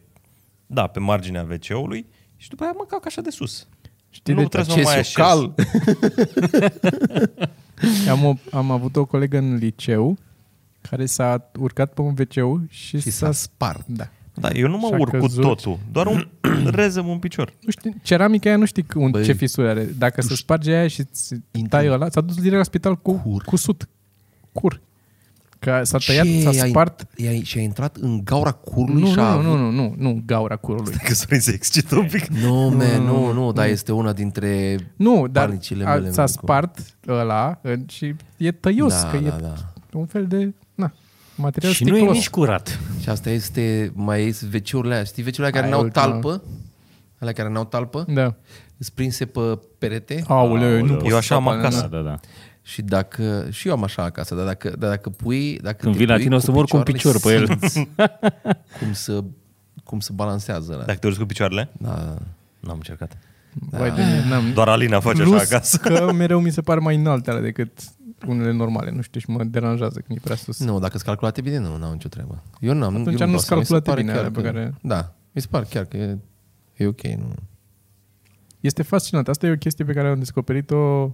S2: da, pe marginea WC-ului și după aia mă cac așa de sus.
S4: Știi
S2: nu
S4: de
S2: trebuie
S1: ce
S2: să mă mai
S1: e
S2: așez.
S1: cal?
S4: Am, o, am avut o colegă în liceu care s-a urcat pe un wc și,
S1: Și s-a spart.
S4: Da.
S2: Da, eu nu mă
S4: Și-a
S2: urc cu
S4: căzut.
S2: totul, doar un rezăm un picior.
S4: Nu știu, ceramica aia nu știi un,
S1: Băi,
S4: ce fisuri are. Dacă se sparge aia și ți tai ăla, s-a dus direct la spital cu,
S1: Cur.
S4: cu sut. Cur. Că s-a tăiat, s-a
S1: ai-
S4: spart.
S1: i-ai- și-a intrat în gaura curului
S4: Nu,
S1: și a
S4: nu, nu, nu, nu, nu, gaura curului.
S2: Că Sorin se excită un pic.
S1: Nu, man, nu, nu, dar este una dintre...
S4: Nu, dar
S1: Panicile
S4: a,
S1: mele,
S4: s-a
S1: Mircu.
S4: spart ăla în- și e tăios,
S1: Da,
S4: că
S1: da,
S4: e
S1: da.
S4: un fel de na, material
S3: Și nu e
S4: sticlos.
S3: nici curat.
S1: Și asta este, mai este veciurile aia. Știi veciurile aia care
S4: Aia e
S1: n-au
S4: ultima.
S1: talpă? Alea care n-au talpă?
S4: Da.
S1: Sunt prinse pe perete?
S4: Aoleu, nu pot
S2: Eu
S4: să
S2: așa am
S4: stau pe-
S2: acasă.
S3: Da, da, da.
S1: Și dacă, și eu am așa acasă, dar dacă, dar dacă pui... Dacă
S3: Când
S1: te
S3: vin la
S1: pui
S3: tine o să mor cu un
S1: picioarele,
S3: picior pe el.
S1: simți cum să, cum să balansează ăla.
S2: Dacă te urci cu picioarele?
S1: Da.
S2: N-am încercat.
S4: Vai de mine, n-am.
S2: Doar Alina face așa
S4: Plus
S2: acasă.
S4: că mereu mi se par mai înalte alea decât unele normale, nu știu, și mă deranjează când e prea sus.
S1: Nu, dacă sunt calculate bine, nu, n-au nicio treabă. Eu n-am.
S4: Atunci
S1: eu
S4: nu
S1: vreau
S4: sunt
S1: să- mi se
S4: calculate
S1: pare
S4: bine
S1: chiar
S4: alea pe
S1: că-
S4: care-
S1: Da, mi se pare chiar că e, e ok. Nu.
S4: Este fascinant. Asta e o chestie pe care am descoperit-o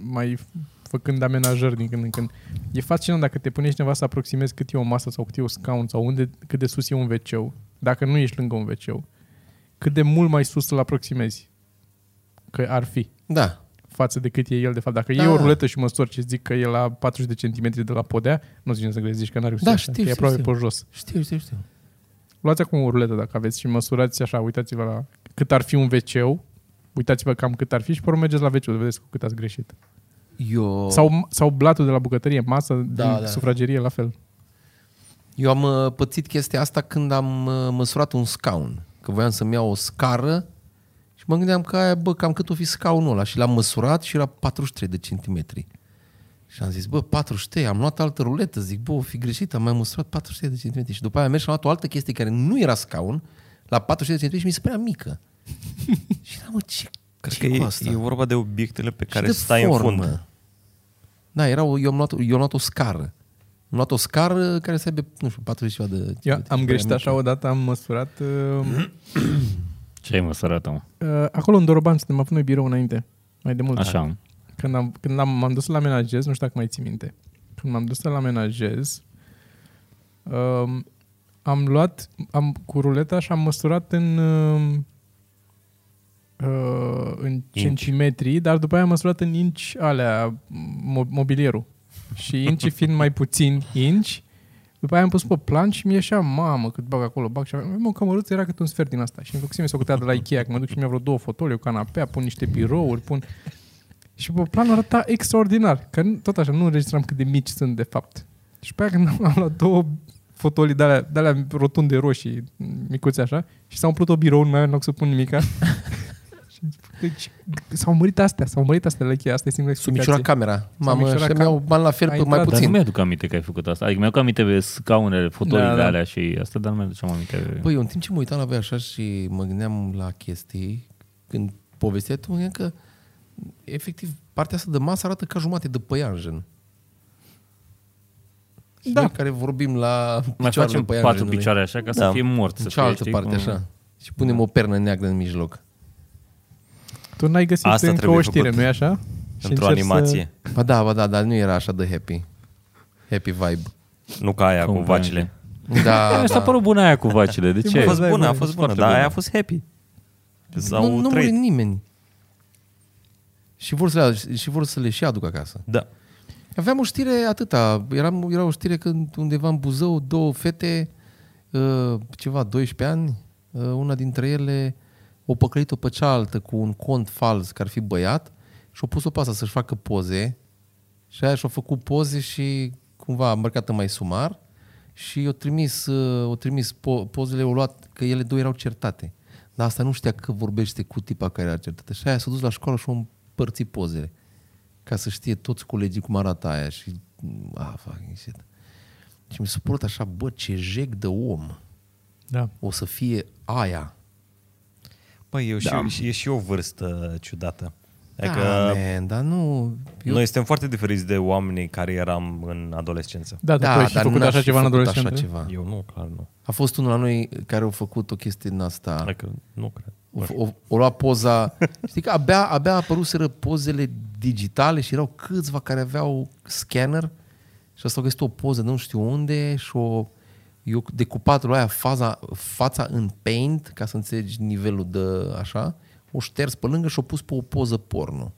S4: mai f- făcând amenajări din când în când. E fascinant dacă te pune cineva să aproximezi cât e o masă sau cât e un scaun sau unde, cât de sus e un wc dacă nu ești lângă un wc cât de mult mai sus îl aproximezi. Că ar fi
S1: Da,
S4: față de cât e el de fapt. Dacă
S1: Da,
S4: da. e o
S1: da.
S4: ruletă și măsori și zic că e la 40 de centimetri de la podea, nu zici să zici că n-are
S1: Da,
S4: ușor,
S1: știu,
S4: că e
S1: știu,
S4: aproape
S1: știu.
S4: pe jos.
S1: știu, știu, știu.
S4: Luați acum o ruletă dacă aveți și măsurați așa, uitați-vă la cât ar fi un wc uitați-vă cam cât ar fi și pe urmă mergeți la wc vedeți cu cât ați greșit.
S1: Eu...
S4: Sau, sau blatul de la bucătărie, masă, da, din
S1: Oh. da.
S4: da. sufragerie, la fel.
S1: Eu am uh, pățit chestia asta când am uh, măsurat un scaun. Că voiam să-mi iau o scară și mă gândeam că aia, bă, cam cât o fi scaunul ăla. Și l-am măsurat și era 43 de centimetri. Și am zis, bă, 43, am luat altă ruletă. Zic, bă, o fi greșit, am mai măsurat 43 de centimetri. Și după aia am mers și am luat o altă chestie care nu era scaun, la 43 de centimetri și mi se părea mică. și eram, mă, ce,
S2: Cred
S1: ce
S2: că
S1: cu
S2: e,
S1: asta?
S2: e vorba de obiectele pe
S1: Și
S2: care
S1: de
S2: stai
S1: formă.
S2: în fund.
S1: Da, era o, eu, am luat, eu am luat o scară. Am luat o scară care să aibă, nu știu, 40 ceva de...
S4: Eu am greșit așa
S1: o...
S4: odată, am măsurat... Uh,
S3: Ce ai măsărat, mă?
S4: uh, acolo în Doroban suntem, am avut noi birou înainte. mai de mult.
S3: Așa.
S4: Când, am, când am, m-am dus la menajez, nu știu dacă mai ții minte, când m-am dus la menajez, um, am luat, am, cu ruleta și am măsurat în, um, uh, în centimetri, dar după aia am măsurat în inci alea, mo- mobilierul. Și inci fiind mai puțin inci, după aia am pus pe plan și mi ieșea, mamă, cât bag acolo, bag și aveam, o cămăruță era cât un sfert din asta. Și îmi făcusem să o de la Ikea, că mă duc și mi-au vreo două fotolii, o canapea, pun niște birouri, pun... Și pe plan arăta extraordinar, că nu- tot așa, nu înregistram cât de mici sunt de fapt. Și pe aia când am luat două fotolii de alea, de alea rotunde roșii, micuțe așa, și s-a umplut o birou, nu mai aveam loc să pun nimica. Și zic, deci, s-au murit astea, s-au murit astea la Ikea, asta e singura
S1: Sunt micșorat
S4: explicație.
S1: camera. Mamă,
S4: micșorat
S1: și îmi iau bani la fel
S4: Ai
S1: pe mai
S4: intrat,
S3: Dar nu
S1: puțin.
S3: mi-aduc aminte că ai făcut asta. Adică mi-aduc aminte de scaunele, fotolile
S4: Da,
S3: da,
S4: da.
S3: da. alea și asta, dar nu mi-aduceam aminte.
S1: Păi, eu în timp ce mă uitam la voi așa și mă gândeam la chestii, când povesteai tu, mă gândeam că efectiv partea asta de masă arată ca jumate de păianjen. Și
S4: Da.
S1: noi care vorbim la
S3: Mai
S1: picioarele
S3: facem patru
S1: păianjenului,
S3: picioare așa ca da. să
S2: Da.
S3: fie mort.
S1: În
S3: să
S1: cealaltă
S3: fie, știi,
S1: parte,
S3: cum- Da.
S1: așa. Și punem o pernă neagră în mijloc.
S4: Tu n-ai găsit
S2: Asta
S4: încă
S2: trebuie
S4: o știre,
S2: făcut.
S4: nu-i așa? Și
S2: Într-o
S4: încerci să-
S2: animație.
S1: Ba da, ba da, dar nu era așa de happy. Happy vibe.
S2: Nu ca aia
S3: Cum
S2: cu vacile.
S1: Da,
S3: Da, da.
S1: da.
S3: a părut bună aia cu vacile. De ce?
S2: A fost
S4: Da, e
S2: bună, a
S4: bună,
S2: fost
S3: e
S2: bună,
S3: foarte
S2: dar aia
S3: bună.
S2: a fost happy. Păi
S1: Nu,
S2: S-au
S1: nu muri
S2: trăit.
S1: nimeni. Și vor, să le, și vor să le și aduc acasă.
S2: Da.
S1: Aveam o știre atâta. Eram, era o știre când undeva în Buzău, două fete, uh, ceva 12 ani, uh, una dintre ele o păcălit-o pe cealaltă cu un cont fals că ar fi băiat și o pus-o pe asta să-și facă poze și aia și-a făcut poze și cumva a marcat mai sumar și o trimis, uh, o trimis po- pozele, o luat că ele două erau certate. Dar asta nu știa că vorbește cu tipa care era certată. Și aia s-a dus la școală și a împărțit pozele ca să știe toți colegii cum arată aia și ah, fucking shit. Și mi s-a părut așa, bă, ce jec de om
S4: Da.
S1: o să fie aia.
S2: Păi, e și, da. e și o vârstă ciudată. Adică
S1: da,
S2: da,
S1: man, dar nu... Eu,
S2: noi suntem foarte diferiți de oamenii care eram în adolescență.
S4: Da, da, tu ai și făcut
S1: n-aș
S4: așa
S1: fi
S4: ceva în
S1: făcut
S4: adolescență.
S1: Așa ceva.
S2: Eu nu, clar nu.
S1: A fost unul la noi care a făcut o chestie din asta.
S2: Adică nu cred.
S1: O, o, o lua poza... Știi că abia, abia apăruseră pozele digitale și erau câțiva care aveau scanner și asta au găsit o poză de nu știu unde și o... Eu decupat lui aia faza, fața în paint, ca să înțelegi nivelul de așa, o șters pe lângă și o pus pe o poză porno.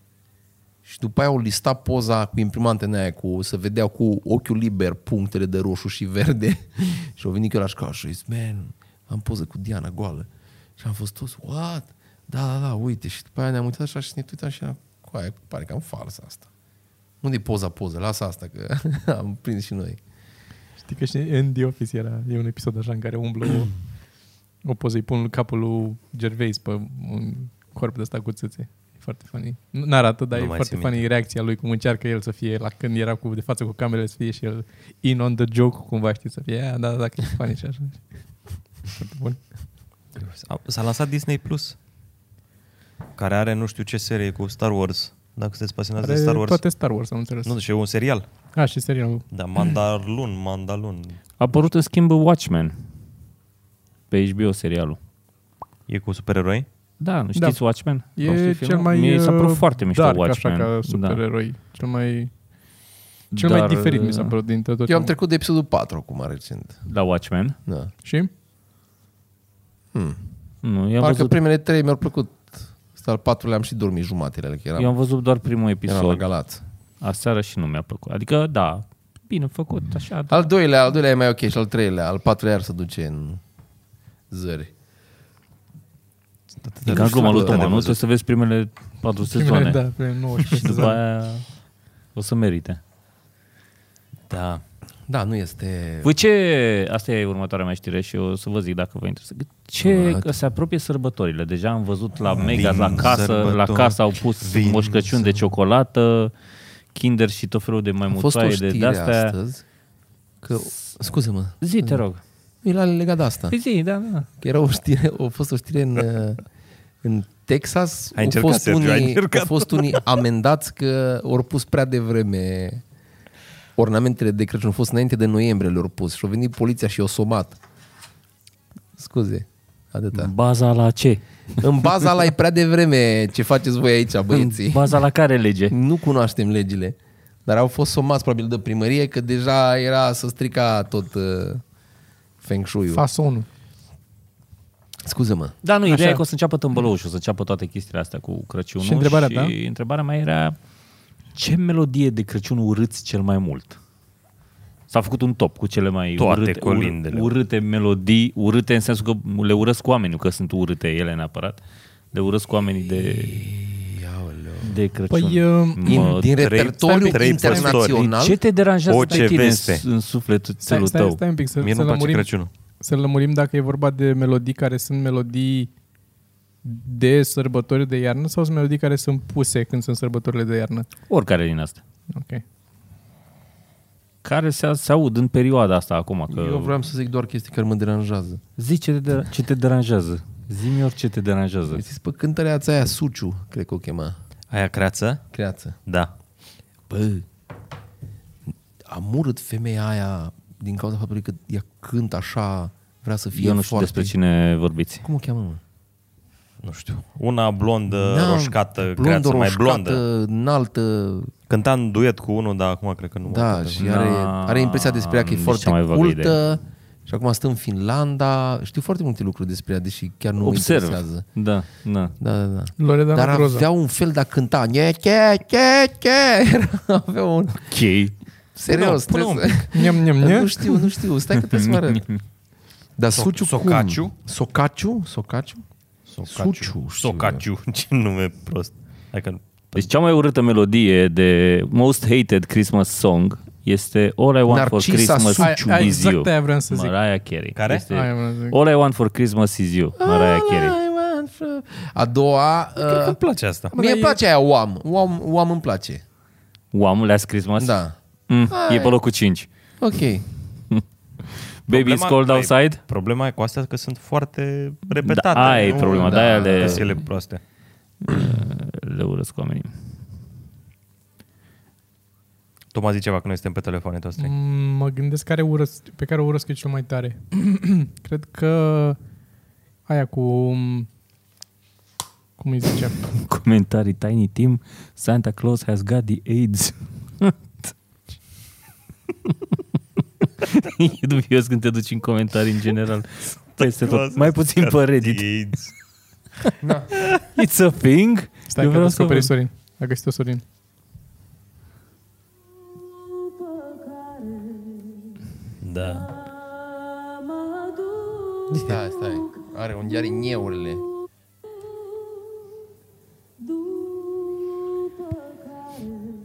S1: Și după aia o lista poza cu imprimante în aia, cu, să vedeau cu ochiul liber punctele de roșu și verde. și au venit eu la școală și au zis, man, am poză cu Diana goală. Și am fost toți, what? Da, da, da, uite. Și după aia ne-am uitat așa și ne uitam și eram, coaie, pare că am fals asta. Unde e poza, poză? Lasă asta, că am prins și noi.
S4: Știi că și în The Office era, e un episod așa în care umblă
S1: Mm.
S4: o, o poză, îi pun capul lui Gervais pe un corp de ăsta cu țâțe. E foarte funny. Nu nu arată, dar
S2: Nu
S4: nu
S2: mai
S4: e foarte
S2: țin minte.
S4: funny reacția lui, cum încearcă el să fie, la când era cu, de față cu camerele, să fie și el in on the joke, cumva, știi, să fie, "Ah, da, da, da, că e funny și așa. Foarte bun.
S2: S-a, s-a lansat Disney Plus, care are nu știu ce serie cu Star Wars. Dacă sunteți pasionați de
S4: Are
S2: Star Wars.
S4: Toate Star Wars, am înțeles.
S2: Nu, deci e un serial.
S4: A, și serialul.
S2: Da, Mandalun, Mandalun.
S3: A apărut în schimb Watchmen pe HBO serialul.
S2: E cu supereroi?
S3: Da, nu știți Watchmen? Am
S4: E
S3: știut
S4: cel
S3: filmul?
S4: mai
S3: Mie s-a părut
S4: uh,
S3: foarte mișto
S4: dark,
S3: Watchmen.
S4: așa ca
S3: da.
S4: supereroi. Cel mai, cel mai
S3: Dar,
S4: diferit mi s-a
S3: uh,
S4: părut dintre tot.
S1: Eu am
S4: ce-
S1: trecut de episodul 4 acum, recent.
S3: La Watchmen?
S1: Da.
S4: Și?
S1: Hmm.
S3: Nu, eu am,
S1: Parcă
S3: văzut,
S1: primele trei mi-au plăcut. Asta al patrulea am și dormit jumatele, adică
S4: da.
S1: eram,
S3: eu am văzut doar primul
S1: eram la
S3: episod
S1: Galați.
S3: aseară și nu mi-a plăcut. Adică, da, bine făcut, așa. Da.
S1: Al doilea, al doilea e mai ok și al treilea, al patrulea ar să duce în zări.
S3: E ca în gluma lui
S1: Bă,
S3: Toma,
S1: de
S3: nu?
S1: văzut.
S3: Trebuie să vezi primele patru
S4: da, Primele,
S3: sezoane.
S4: Da, primele 19
S3: Și după
S4: sezoane.
S3: aia o să merite.
S2: Da.
S1: Da, nu este...
S3: Voi ce, asta e următoarea mea știre și o să vă zic dacă vă interesează. Ce, că se apropie sărbătorile. Deja am văzut la Mega, la casă, la
S2: sărbători.
S3: casă au pus
S2: Vin
S3: moșcăciuni de ciocolată, Kinder și tot felul de
S1: A fost o
S3: maimuțoaie de
S1: știre
S3: de-astea.
S1: astăzi că... Scuze-mă.
S3: Zi, te rog.
S1: Era legat de asta.
S3: Păi zi, da, da.
S1: Că era o știre, a fost o știre în, uh, în Texas.
S2: Ai
S1: Au
S2: încercat,
S1: fost
S2: Sergiu, ai
S1: unii,
S2: încercat.
S1: Au fost unii amendați că ori pus prea devreme ornamentele de Crăciun. Au fost înainte de noiembrie le-au pus și au venit poliția și i-au somat. Scuze. Atâta.
S3: Baza la ce?
S1: În baza la e prea devreme ce faceți voi aici, băieții.
S3: Baza la care lege?
S1: Nu cunoaștem legile. Dar au fost somați probabil de primărie că deja era să strica tot uh, feng shui-ul.
S4: Fasonul.
S1: Scuze-mă.
S3: Da, nu,
S4: Așa.
S3: ideea e că o să înceapă tâmbălău și o să înceapă toate chestiile astea cu Crăciunul.
S4: Și întrebarea
S3: și
S4: ta?
S3: întrebarea mea era ce melodie de Crăciun urâți cel mai mult? S-a făcut un top cu cele mai
S2: Toate
S3: urâte,
S2: colindele.
S3: urâte melodii, urâte în sensul că le urăsc oamenii, nu că sunt urâte ele neapărat, le urăsc oamenii de, de Crăciun.
S4: Păi, uh,
S1: Din, din
S2: trei-
S1: repertoriu
S2: trei
S1: internațional.
S3: ce te deranjează
S2: O,
S3: pe
S2: ce
S3: tine
S2: veste.
S3: în, în sufletul
S4: Stai, stai,
S3: tău?
S4: stai un pic să,
S2: Mie nu-mi
S4: să
S2: place
S4: lămurim,
S2: Crăciunul.
S4: să lămurim dacă e vorba de melodii care sunt melodii de sărbători de iarnă sau sunt melodii care sunt puse când sunt sărbătorile de iarnă.
S3: Oricare din asta.
S4: Ok.
S3: Care se, se aud în perioada asta acum. Că...
S1: Eu vreau să zic doar chestii care mă deranjează.
S3: Zi ce te, dera- ce te deranjează. Zi-mi orice te deranjează.
S1: Mi-a zis, Păi pe cântăreața aia, Suciu, cred că o chema,
S2: Aia creață?
S1: creață.
S2: Da.
S1: Bă, am urât femeia aia din cauza faptului că ea cântă așa, vrea să fie
S3: Eu nu știu
S1: foarte...
S3: despre cine vorbiți.
S1: Cum o cheamă, mă?
S2: Nu știu. Una blondă,
S1: Da,
S2: roșcată,
S1: blondă,
S2: creață mai
S1: roșcată,
S2: blondă.
S1: înaltă,
S2: Cânta în duet cu unul, dar acum cred că nu.
S1: da, și are, are impresia despre ea că e
S3: N-am nici cea mai
S1: foarte
S3: vagă
S1: cultă și acum stă în Finlanda, știu foarte multe lucruri despre ea, deși chiar nu
S3: Observ.
S1: mă interesează.
S3: Da, da.
S1: Da, da, da.
S4: Loredana
S1: Dar
S4: Groza.
S1: avea un fel de a cânta. Nye, che, che, che. Avea un...
S3: Ok.
S1: Serios,
S2: Pune-o,
S1: trebuie să...
S4: Niam, niam,
S1: Nu
S4: niam.
S1: știu, nu știu, stai că trebuie să mă arăt. Dar
S2: So-
S1: Suciu
S2: Socaciu?
S1: cum? Socaciu? Socaciu? Suciu, știu
S2: Socaciu. Socaciu. Ce nume prost. Hai că
S3: Deci cea mai urâtă melodie de Most Hated Christmas Song este All I Want
S1: Narcisa
S3: for Christmas
S4: Suciu. Aia- aia-
S3: Is
S4: exact
S3: You.
S4: aia vreau să zic.
S3: Mariah Carey.
S2: Care?
S3: Este
S4: Aia vreau să zic.
S3: All I Want for Christmas Is You. Mariah Carey.
S1: All I want from- A doua...
S2: Cred că
S1: uh,
S2: îmi place asta.
S1: Mie îmi place aia Oam. Oam, oam îmi place.
S3: Oamul Last Christmas?
S1: Da.
S3: Mm, e pe locul 5.
S1: Ok.
S3: Baby It's Cold
S2: ai-
S3: Outside?
S2: Problema e cu astea că sunt foarte repetate.
S3: Da, aia e problema,
S2: Da,
S3: de-aia le-
S2: sunt ele proaste.
S3: Le urăsc oamenii.
S2: Toma zice ceva că noi suntem pe telefoane toți trei.
S4: Mm, Mă gândesc care urăsc, pe care o urăsc eu cel mai tare. Cred că aia cu... um, Cum îi zicea?
S3: Comentarii Tiny Tim, Santa Claus has got the AIDS. e dubios când te duci în comentarii în general. Peste tot. Mai puțin pe Reddit.
S2: AIDS.
S3: It's a thing?
S4: Stai
S3: Eu
S4: că
S3: vreau să
S4: descoperi
S3: văd.
S4: Sorin. A găsit-o Sorin.
S2: Da.
S1: Stai, Da, stai. Are unde are nieurile.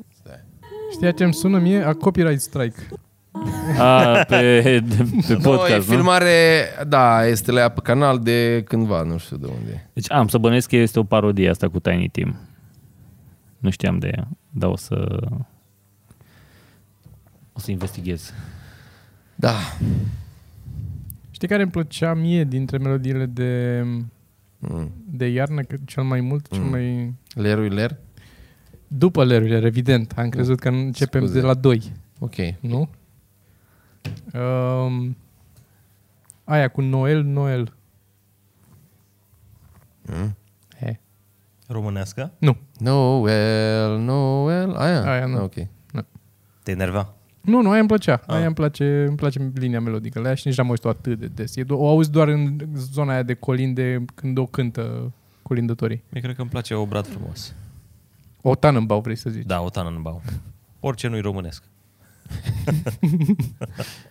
S1: Stai.
S4: Știa ce îmi sună mie? A copyright strike.
S3: A, pe, pe
S1: e
S3: podcast, nu?
S1: filmare, da, este la ea pe canal de cândva, nu știu de unde. e.
S3: Deci am să bănuiesc că este o parodie asta cu Tiny Tim. Nu știam de ea, dar o să... O să investighez.
S1: Da.
S4: Știi care îmi plăcea mie dintre melodiile de, de iarnă că cel mai mult? Cel mai...
S1: Lerui ler?
S4: După lerurile, evident. Am crezut că începem
S1: Scuze.
S4: de la 2.
S1: Ok.
S4: Nu? Um, aia cu Noel, Noel. He.
S2: Românească?
S4: Eh, Nu.
S1: Noel, Noel, aia?
S4: Aia nu.
S1: Ah, Ok.
S2: Te enerva?
S4: Nu, nu, aia îmi plăcea.
S1: Ah.
S4: Aia îmi place, îmi place linia melodică. La ea și nici n-am auzit atât de des. E do- o auzi doar în zona aia de colinde când o cântă colindătorii.
S2: Mie cred că îmi place obrat frumos.
S4: O Tannenbaum, vrei să zici.
S2: Da, o Tannenbaum. Orice nu-i românesc.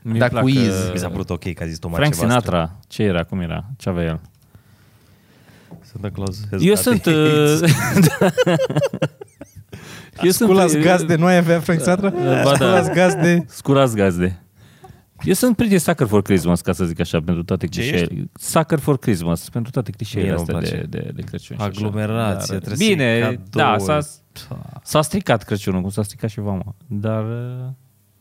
S3: Mi-e
S1: Dar
S3: plac,
S1: cu iz.
S3: uh,
S2: Mi s-a părut ok că a zis Toma
S3: Frank
S2: ceva.
S3: Sinatra, ce era, cum era, ce avea el?
S2: Santa Claus has
S3: Eu
S2: got
S3: sunt...
S2: AIDS.
S3: uh, Eu
S4: Sculați
S1: Da.
S3: uh,
S4: gazde, nu ai avea Frank Sinatra?
S3: ba da.
S4: Sculați gazde.
S3: Sculați gazde. Eu sunt prieten Sucker for Christmas, ca să zic așa, pentru toate clișeele. Sucker for Christmas, pentru toate clișeele
S2: Mie nu-mi
S3: astea de,
S2: place.
S3: de, de Crăciun. și așa.
S2: Aglomerație,
S3: Dar-
S2: trebuie să iei
S3: Bine, da,
S2: cadouri.
S3: s-a, s-a stricat Crăciunul, cum s-a stricat și vama. Dar uh,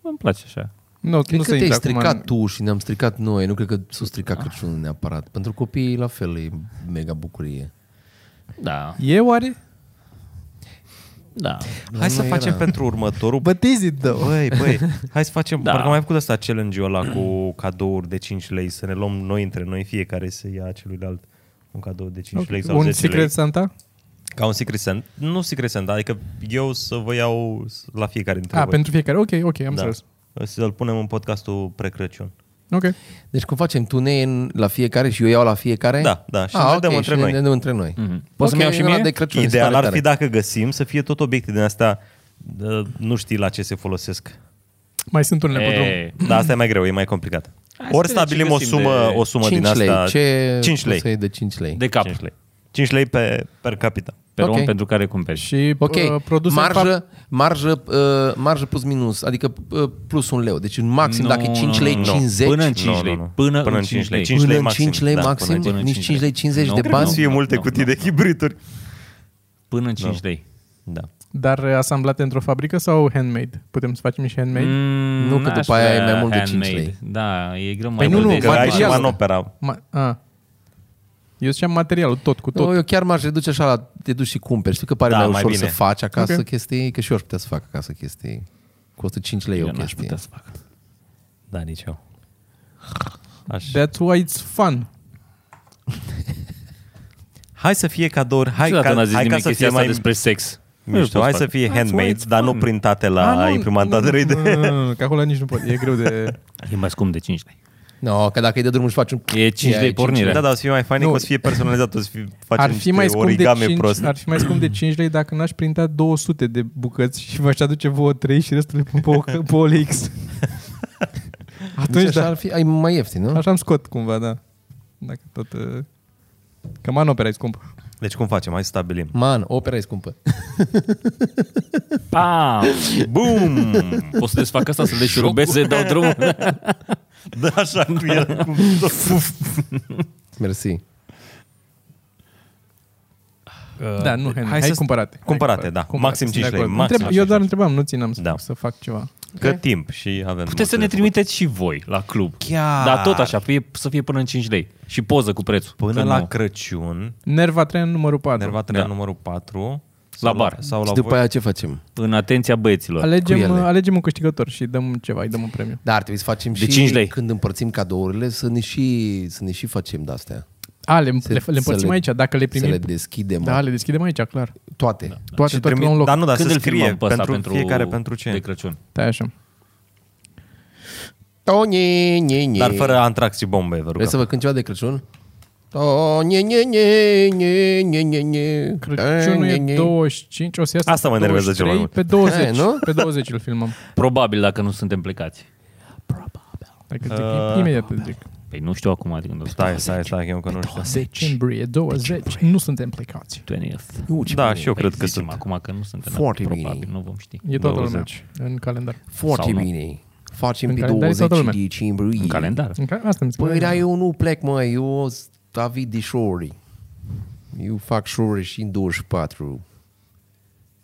S3: îmi place așa.
S4: Nu,
S1: Cred
S4: nu
S1: că
S4: se
S1: te-ai
S4: intră acum
S1: stricat
S4: în-
S1: tu și ne-am stricat noi, nu cred că s-a stricat Crăciunul neapărat. Pentru copii la fel e mega bucurie.
S3: Da.
S4: E oare?
S3: Da.
S2: Hai să
S1: noi
S2: facem
S1: era.
S2: pentru următorul...
S1: But is it though?
S2: Băi, băi, hai să facem...
S3: Da.
S2: Da. Parcă am mai făcut asta challenge-ul ăla cu cadouri de 5 lei, să ne luăm noi între noi, fiecare să ia celuilalt un cadou de 5 lei sau
S4: Un
S2: 10 lei.
S4: Secret Santa?
S2: Ca un Secret Santa. Nu Secret Santa, adică eu să vă iau s- la fiecare
S1: Ah,
S2: dintre voi.
S4: A, Ah,
S2: Da.
S4: pentru fiecare. Ok, ok,
S1: Da.
S4: am înțeles.
S2: Să-l punem în podcastul pre-Crăciun.
S4: Ok.
S1: Deci cum facem? Tu ne iei în- la fiecare și eu iau la fiecare?
S2: Da, da, și
S1: Ah,
S2: ne
S1: ok,
S2: dăm
S1: și
S2: între
S1: ne-
S2: noi.
S1: Ne dăm între noi. Mm-hmm.
S3: Mhm. Poți să-mi iau și mie?
S1: De Crăciun, mi se
S2: Ideal
S1: pare
S2: ar fi da,
S1: tare.
S2: dacă găsim să fie tot obiecte din astea, uh, nu știi la ce se folosesc.
S4: Mai sunt unele pe drum.
S3: E,
S2: Dar asta e mai greu, e mai complicat.
S3: Hai să
S2: Ori
S3: vedem ce
S2: stabilim o
S3: găsim
S2: sumă,
S3: de-
S2: o sumă din
S1: 5 lei.
S2: asta.
S1: Ce
S2: 5 lei.
S1: Să iei de 5 lei.
S3: de cap.
S2: 5 lei. 5 lei pe, per capita.
S3: Pe
S1: Ok.
S3: om pentru care cumperi.
S4: Și
S1: Ok,
S4: uh, produse în fapt-
S1: marjă, marjă, uh, marjă plus minus, adică uh, plus un leu. Deci în maxim,
S3: Nu,
S1: dacă e 5 lei,
S3: nu, nu.
S1: 50,
S3: Până în 5
S2: Nu, nu,
S3: lei.
S2: nu.
S3: Până, în 5 lei.
S2: 5
S1: până
S2: lei
S1: în
S2: maxim.
S1: 5 lei
S2: Da,
S1: maxim,
S2: până în
S1: nici
S3: cinci lei.
S1: 5 lei 50
S3: Nu
S1: de
S3: cred
S2: Trebuie
S1: bani.
S2: să fie
S3: nu,
S2: multe
S3: nu,
S2: cutii
S3: nu,
S2: de hibrituri.
S3: Până în 5 lei.
S2: Da.
S4: Dar uh, asamblate într-o fabrică sau handmade? Putem să facem și
S2: Păi,
S4: handmade? Mm.
S3: Mm,
S1: Nu, că
S3: n-aș
S1: după aia e
S3: vrea
S1: mai mult de cinci
S3: handmade.
S1: lei.
S3: Da, e greu mai
S4: Păi nu,
S3: mult
S4: nu,
S3: de
S2: Că ai și
S4: material.
S2: manopera.
S4: Ma- a. Eu ziceam materialul, tot cu tot.
S1: Nu, eu chiar m-aș reduce așa la te duci și cumperi. Știu că pare
S2: Da,
S1: mai
S2: mai
S1: ușor
S2: bine.
S1: să faci acasă
S4: Ok.
S1: chestii, că și eu aș putea să fac acasă chestii. Costă 5 lei
S3: Eu
S1: o
S3: n-aș
S1: chestie.
S3: putea să fac.
S2: Da, nici eu. Aș.
S4: That's why it's fun.
S2: Hai să fie cadouri, hai,
S3: Hai,
S2: ca,
S3: ca, n-a zis
S2: hai ca
S3: nimeni
S2: să
S3: chestia asta
S2: fie mai
S3: despre sex.
S2: mișto, hai să fie
S4: That's
S2: handmade,
S4: why it's
S2: dar nu
S4: fun.
S2: printate la
S4: A, Ah, nu,
S2: imprimanta
S4: nu, nu,
S2: 3D.
S4: nu, nu, nu, nu, Că acolo nici nu pot. E greu de...
S3: E mai scump de 5 lei.
S1: No, că dacă îi dă drumul și faci un...
S3: E 5
S1: Ia,
S3: lei
S1: e
S3: pornire.
S2: Da, dar o să fie mai fain, că
S4: Nu.
S2: o să fie personalizat, o să fie, facem
S4: Ar fi, mai
S2: niște
S4: scump de
S2: origame
S4: 5,
S2: prost.
S4: ar fi mai scump de 5 lei dacă n-aș printa 200 de bucăți și v-aș aduce vouă 3 și restul le pun pe, o- pe
S1: Deci
S4: OLX. Atunci,
S1: așa
S4: da,
S1: ar fi ai mai ieftin, nu?
S4: așa îmi scot cumva, da. Dacă tot... uh, Că manopera e scumpă.
S2: Deci cum facem? Hai să stabilim.
S1: Man, opera e scumpă.
S3: Pam!
S2: Boom!
S3: Poți să desfac asta, să le șurubeze, dau drumul.
S2: Da, așa cu el. Cu
S1: Mersi.
S4: Da, nu, hai, hai,
S2: să-
S4: hai cumpărate.
S2: Cumpărate, da. Maxim 5
S4: sunt de
S2: lei.
S4: acord.
S2: Maxim
S4: Întreb,
S2: 5
S4: eu
S2: lei.
S4: doar întrebam, nu țineam să,
S2: Da.
S4: da. să fac ceva.
S2: Că timp și avem...
S3: Puteți să ne
S2: motive.
S3: trimiteți și voi la club.
S2: Chiar.
S3: Dar tot așa, fie, să fie până în 5 lei. Și poză cu prețul.
S2: Până
S3: Că
S2: la
S3: nu.
S2: Crăciun,
S4: Nerva tren numărul 4.
S2: nerva da.
S3: Da.
S2: numărul 4.
S3: bar.
S2: Sau la
S1: Și după
S2: voi.
S1: aia ce facem?
S3: În atenția băieților.
S1: Cu
S4: Alegem,
S1: ele.
S4: alegem un câștigător și dăm ceva, îi dăm un premiu.
S1: Dar Da, ar trebui să facem
S3: De
S1: și
S3: 5 lei.
S1: când împărțim cadourile să ne și, să ne și facem de-astea.
S4: A, le,
S1: Să-
S4: le, le
S1: să
S4: împărțim aici, dacă le primim.
S1: Să le deschidem
S4: da, le deschidem aici, clar.
S1: toate.
S3: Da.
S4: Toate, toate la un loc.
S2: Dar nu, dar
S3: Când
S2: să
S3: îl
S2: scrie
S3: filmăm pe ăsta
S2: pentru,
S3: pentru,
S2: fiecare pentru ce.
S3: De Crăciun.
S4: Da, așa.
S1: Toni, ni, ni.
S2: Dar fără antrax și bombe, vă
S1: Vreți să
S2: rugăm.
S1: vă cânt ceva de Crăciun? Toni, ni, ni, ni, ni, ni, ni.
S4: Crăciunul
S1: Ni, ni,
S4: e
S1: ni.
S4: 25, o să iasă
S2: Asta mă
S4: pe
S2: enervează cel mai
S4: 23,
S2: mult.
S4: Pe 20,
S1: Hai, nu?
S4: pe 20 îl filmăm.
S3: Probabil dacă nu suntem plecați.
S4: Adică te
S2: Uh,
S4: zic, imediat îți
S1: deci-
S4: zic.
S3: Păi nu știu acum de când o să
S2: Stai, stai, stai, eu că nu știu.
S4: Decembrie 20, nu suntem plecați.
S3: 20th.
S2: Da, și eu
S3: Păi
S2: cred că
S3: zicem
S2: sunt.
S3: acum că nu suntem.
S1: Foarte
S3: probabil,
S1: bine.
S3: nu vom ști.
S4: E toată
S2: 20.
S4: lumea în calendar.
S2: Da.
S1: Foarte
S3: Sau nu.
S1: bine. Facem
S4: În
S1: pe
S4: calendar e
S1: 20
S4: toată lumea.
S1: decembrie.
S3: În calendar.
S4: În ca- Asta mi se
S1: Păi,
S4: pare.
S1: dar eu nu plec, mă, eu sunt avid de șori. Eu fac șori și în 24.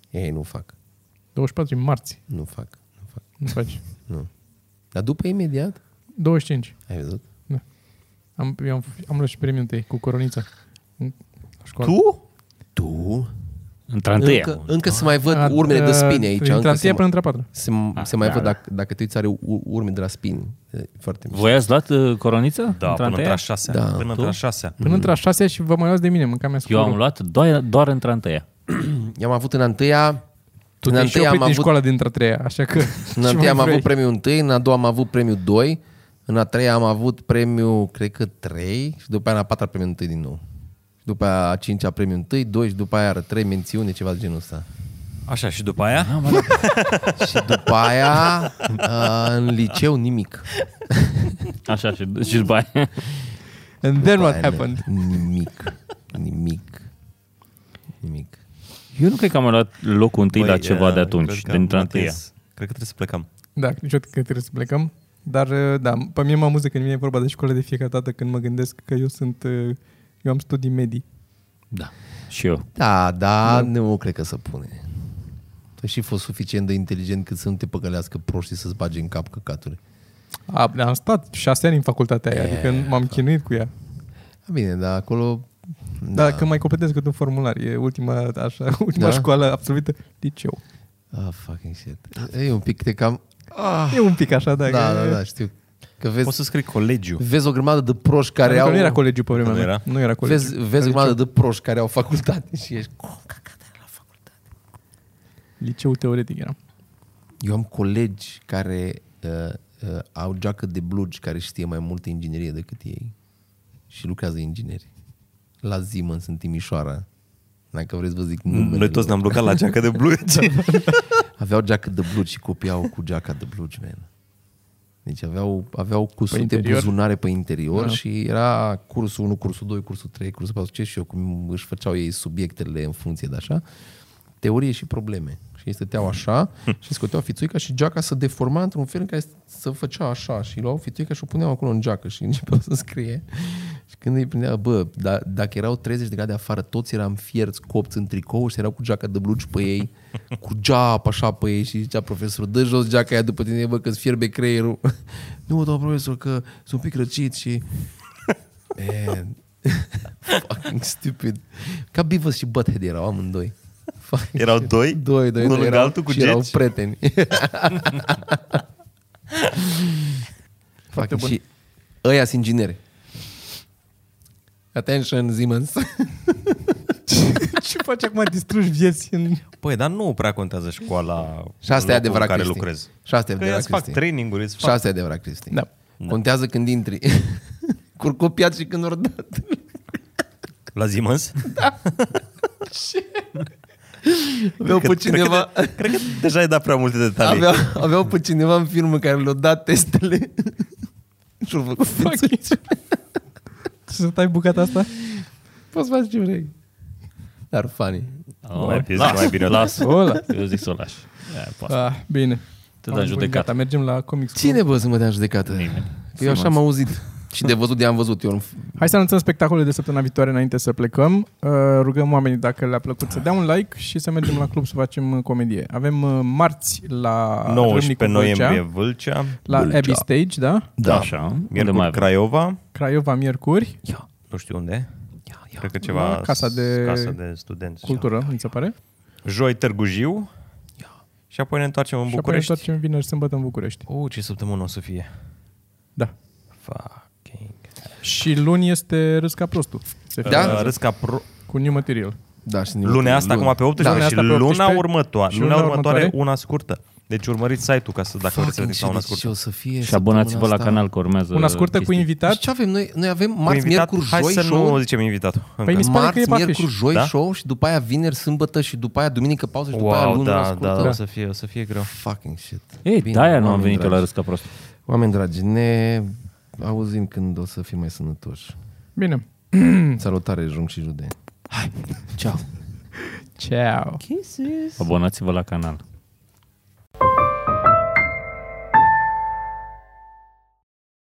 S1: Ei, nu fac,
S4: 24 e marți,
S1: nu fac, nu fac.
S4: nu faci.
S1: Dar după imediat,
S4: 25.
S1: ai văzut?
S4: Am, eu am, am luat și premiul întâi cu coroniță. În- la școală.
S2: Tu?
S1: Tu?
S3: În tranteia.
S1: Încă, încă se mai văd urmele de spine aici.
S4: Din
S1: Încă se,
S4: trantia până
S1: mai-
S4: între patra.
S1: se, se mai văd dacă, dacă te uiți are u- urme de la spini. E Foarte mișto.
S3: Voi ați luat uh, coroniță?
S2: Da,
S3: în
S2: până
S3: tranteia?
S2: între a șasea.
S1: Da.
S2: Până între a șasea.
S4: Până între a șasea și vă mai luați de mine, mâncam mea
S3: Eu am luat doar, doar în tranteia.
S1: I-am avut în întâia...
S4: Tu
S1: în
S4: te-ai și
S1: întâia am
S4: oprit din
S1: avut
S4: școala dintre a treia, așa că...
S1: În
S4: ce
S1: a
S4: mai
S1: întâi am
S4: vrei?
S1: avut premiul 1, în a doua am avut premiul 2, în a treia am avut premiul, cred că 3, și după aia în a patra premiul 1 din nou. Și după aia a cincea premiul 1, 2 și după aia iară 3 mențiuni, ceva de genul ăsta.
S2: Așa, și după aia?
S1: Și după aia, a, în liceu, nimic.
S3: Așa și, și după aia.
S4: And then
S1: După
S4: what
S1: aia,
S4: happened?
S1: Nimic. Nimic. Nimic.
S3: Eu nu cred că am mai luat locul întâi
S2: Băi,
S3: Păi, la ceva de
S2: eh, cred
S3: atunci,
S2: că
S3: din
S2: am
S3: tranteia.
S2: atins. Cred că trebuie să plecăm.
S4: Da, nici eu cred că trebuie să plecăm. Dar, uh, da, pe mine mă amuză când vine vorba de școală de fiecare dată când mă gândesc că eu sunt... uh, Eu am studii medii.
S3: Da. Și eu.
S1: Da, da, nu, nu cred că se pune. Tu ai și fost suficient de inteligent cât să nu te păcălească proștii să-ți bage în cap căcaturi.
S4: A, da, dar am stat șase ani în facultatea aia, adică m-am chinuit cu ea.
S1: Bine, dar acolo
S4: Da, da. că mai completez cât un formular. E ultima, așa, ultima da?
S1: Da?
S4: școală absolvită, liceu.
S1: Ah, fucking shit. E un pic de cam...
S4: Ah. E un pic așa, da.
S1: Da, da,
S4: că-
S1: da, știu. Că vezi,
S2: Poți să scrii colegiu.
S1: vezi o grămadă de proști care
S4: Adică
S1: au...
S4: nu era colegiu pe vremea
S2: Nu
S4: mea.
S2: era?
S4: Nu era colegiu.
S1: vezi, vezi o grămadă de proști care au facultate și ești... Cum căcat ai la facultate?
S4: Liceu teoretic era.
S1: Eu am colegi care uh, uh, au geacă de blugi care știe mai multă inginerie decât ei și lucrează ingineri. La Siemens în Timișoara. Dacă vreți vă zic numele.
S2: Mm, Noi toți ne-am blocat la geacă de blugi.
S1: Aveau geacă de blugi și copiii au cu geaca de blugi, man. Deci aveau, aveau cusute pe
S4: interior?
S1: buzunare pe interior da. și era cursul 1, cursul 2, cursul 3, cursul 4, ce și eu, cum își făceau ei subiectele în funcție de așa, teorie și probleme. Și ei stăteau așa și scoteau fițuica și geaca se deforma într-un fel în care se făcea așa și luau fițuica și o puneau acolo în geacă și începeau să scrie. Și când îi prindea, bă, da, dacă erau 30 de grade afară, toți eram fierți, copți în tricou și erau cu geaca de blugi pe ei, cu geapa așa pe ei și zicea profesorul, dă jos geaca aia după tine, bă, că-ți fierbe creierul. nu, doamnă profesor, că sunt un pic răcit și... Man, fucking stupid. Ca Beavis și Butthead erau amândoi. Fucking
S2: Erau
S1: shit.
S2: doi?
S1: Doi, doi,
S2: Unul
S1: doi
S2: lângă
S1: erau,
S2: altul cu
S1: și erau
S2: geci?
S1: prieteni. Foarte
S4: bun.
S1: Și ăia sunt ingineri. Attention, Siemens.
S4: Ce faci acum? Distrugi vieți în...
S2: Păi, dar nu prea contează școala
S1: Și asta e
S2: locul
S1: adevărat,
S2: în care
S1: Cristi.
S2: lucrez.
S1: Și asta e
S2: Că
S1: adevărat,
S2: îți fac
S1: Cristi.
S2: training-uri, îți
S1: Și
S2: fac...
S1: asta e adevărat, Cristi.
S4: Da.
S1: Contează când intri. Curcopiat și când ori dat.
S2: La Siemens?
S1: Aveau pe
S2: cred,
S1: cineva...
S2: că, de- cred că deja ai dat prea multe detalii.
S1: Aveau, aveau pe cineva în firmă care le-a dat testele. Și-au făcut
S4: Fucking.
S1: fițuici.
S4: Să tai bucata asta?
S1: Poți face ce vrei. Dar funny.
S2: Nu mai pizi, mai bine.
S3: Oh, Las, Da.
S4: Ola.
S3: eu zic să o lași. Aia, poate.
S4: Ah, bine.
S3: Te
S4: Am
S3: dai
S4: bun,
S3: judecat.
S4: Gata, mergem la comics.
S1: Cine bă să mă dea în judecată?
S3: Nimeni.
S1: Că eu așa am auzit. Și de văzut de am văzut. Eu nu...
S4: Hai să anunțăm spectacolele de săptămâna viitoare înainte să plecăm. Uh, Rugăm oamenii dacă le-a plăcut să dea un like și să mergem la club să facem uh, comedie. Avem uh, marți la
S2: 19
S4: Râmnicu Vâlcea,
S2: noiembrie Vâlcea,
S4: la
S1: Vâlcea.
S4: Abbey Stage, da?
S2: Da.
S3: Așa. Unde mai
S2: Miercuri
S3: avem?
S2: Craiova,
S4: Craiova miercuri,
S2: nu știu unde,
S1: Ia, ia.
S2: cred că ceva
S4: La casa de-
S2: casa de studenți.
S4: cultură, mi se pare.
S2: Joi Târgu Jiu și apoi ne întoarcem în
S4: Și apoi ne
S2: București.
S4: întoarcem vineri sâmbătă în București.
S2: Uh, ce săptămână o să fie.
S4: Da.
S2: Fucking.
S4: Și luni este Râs ca prostul. Se
S1: Da?
S4: filmează
S2: Uh, Râs ca pro...
S4: Cu new material.
S1: Da, și
S2: Lunea asta, acum pe 18
S4: Da.
S2: da, și
S4: Lunea asta pe
S2: luna
S4: 18,
S2: următoare.
S4: și
S2: Luna
S4: luna
S2: următoare,
S4: următoare.
S2: una scurtă. Deci urmăriți site-ul ca să, dacă vreți să vedeți sau una
S1: și
S2: scurtă.
S1: o să fie
S3: Și abonați-vă la
S1: săptămâna asta.
S3: canal că urmează
S4: Una scurtă cu
S1: Deci
S3: chestii.
S4: invitat.
S1: ce avem noi? Noi avem
S2: Cu
S1: marți,
S2: invitat,
S1: miercuri,
S2: hai
S1: joi,
S2: să
S1: show.
S2: nu zicem invitatul. încă.
S4: mi se pare că e
S1: Marți,
S4: pe afiș.
S1: miercuri, joi,
S2: Da?
S1: show și după aia vineri, sâmbătă și după aia duminică pauză și după aia
S2: Wow,
S1: luni
S2: da,
S1: scurtă.
S2: da, da, o să fie, o să fie greu.
S1: Fucking shit.
S3: Ei,
S1: Bine,
S3: da, aia nu am
S1: oameni
S3: venit eu la
S1: dragi.
S3: râs ca prost.
S1: Oameni dragi, ne auzim când o să fim mai sănătoși.
S4: Bine.
S3: Hmm.
S1: Salutare, Jung și Jude.
S3: Ceau.
S4: Ciao.
S3: Abonați-vă la canal.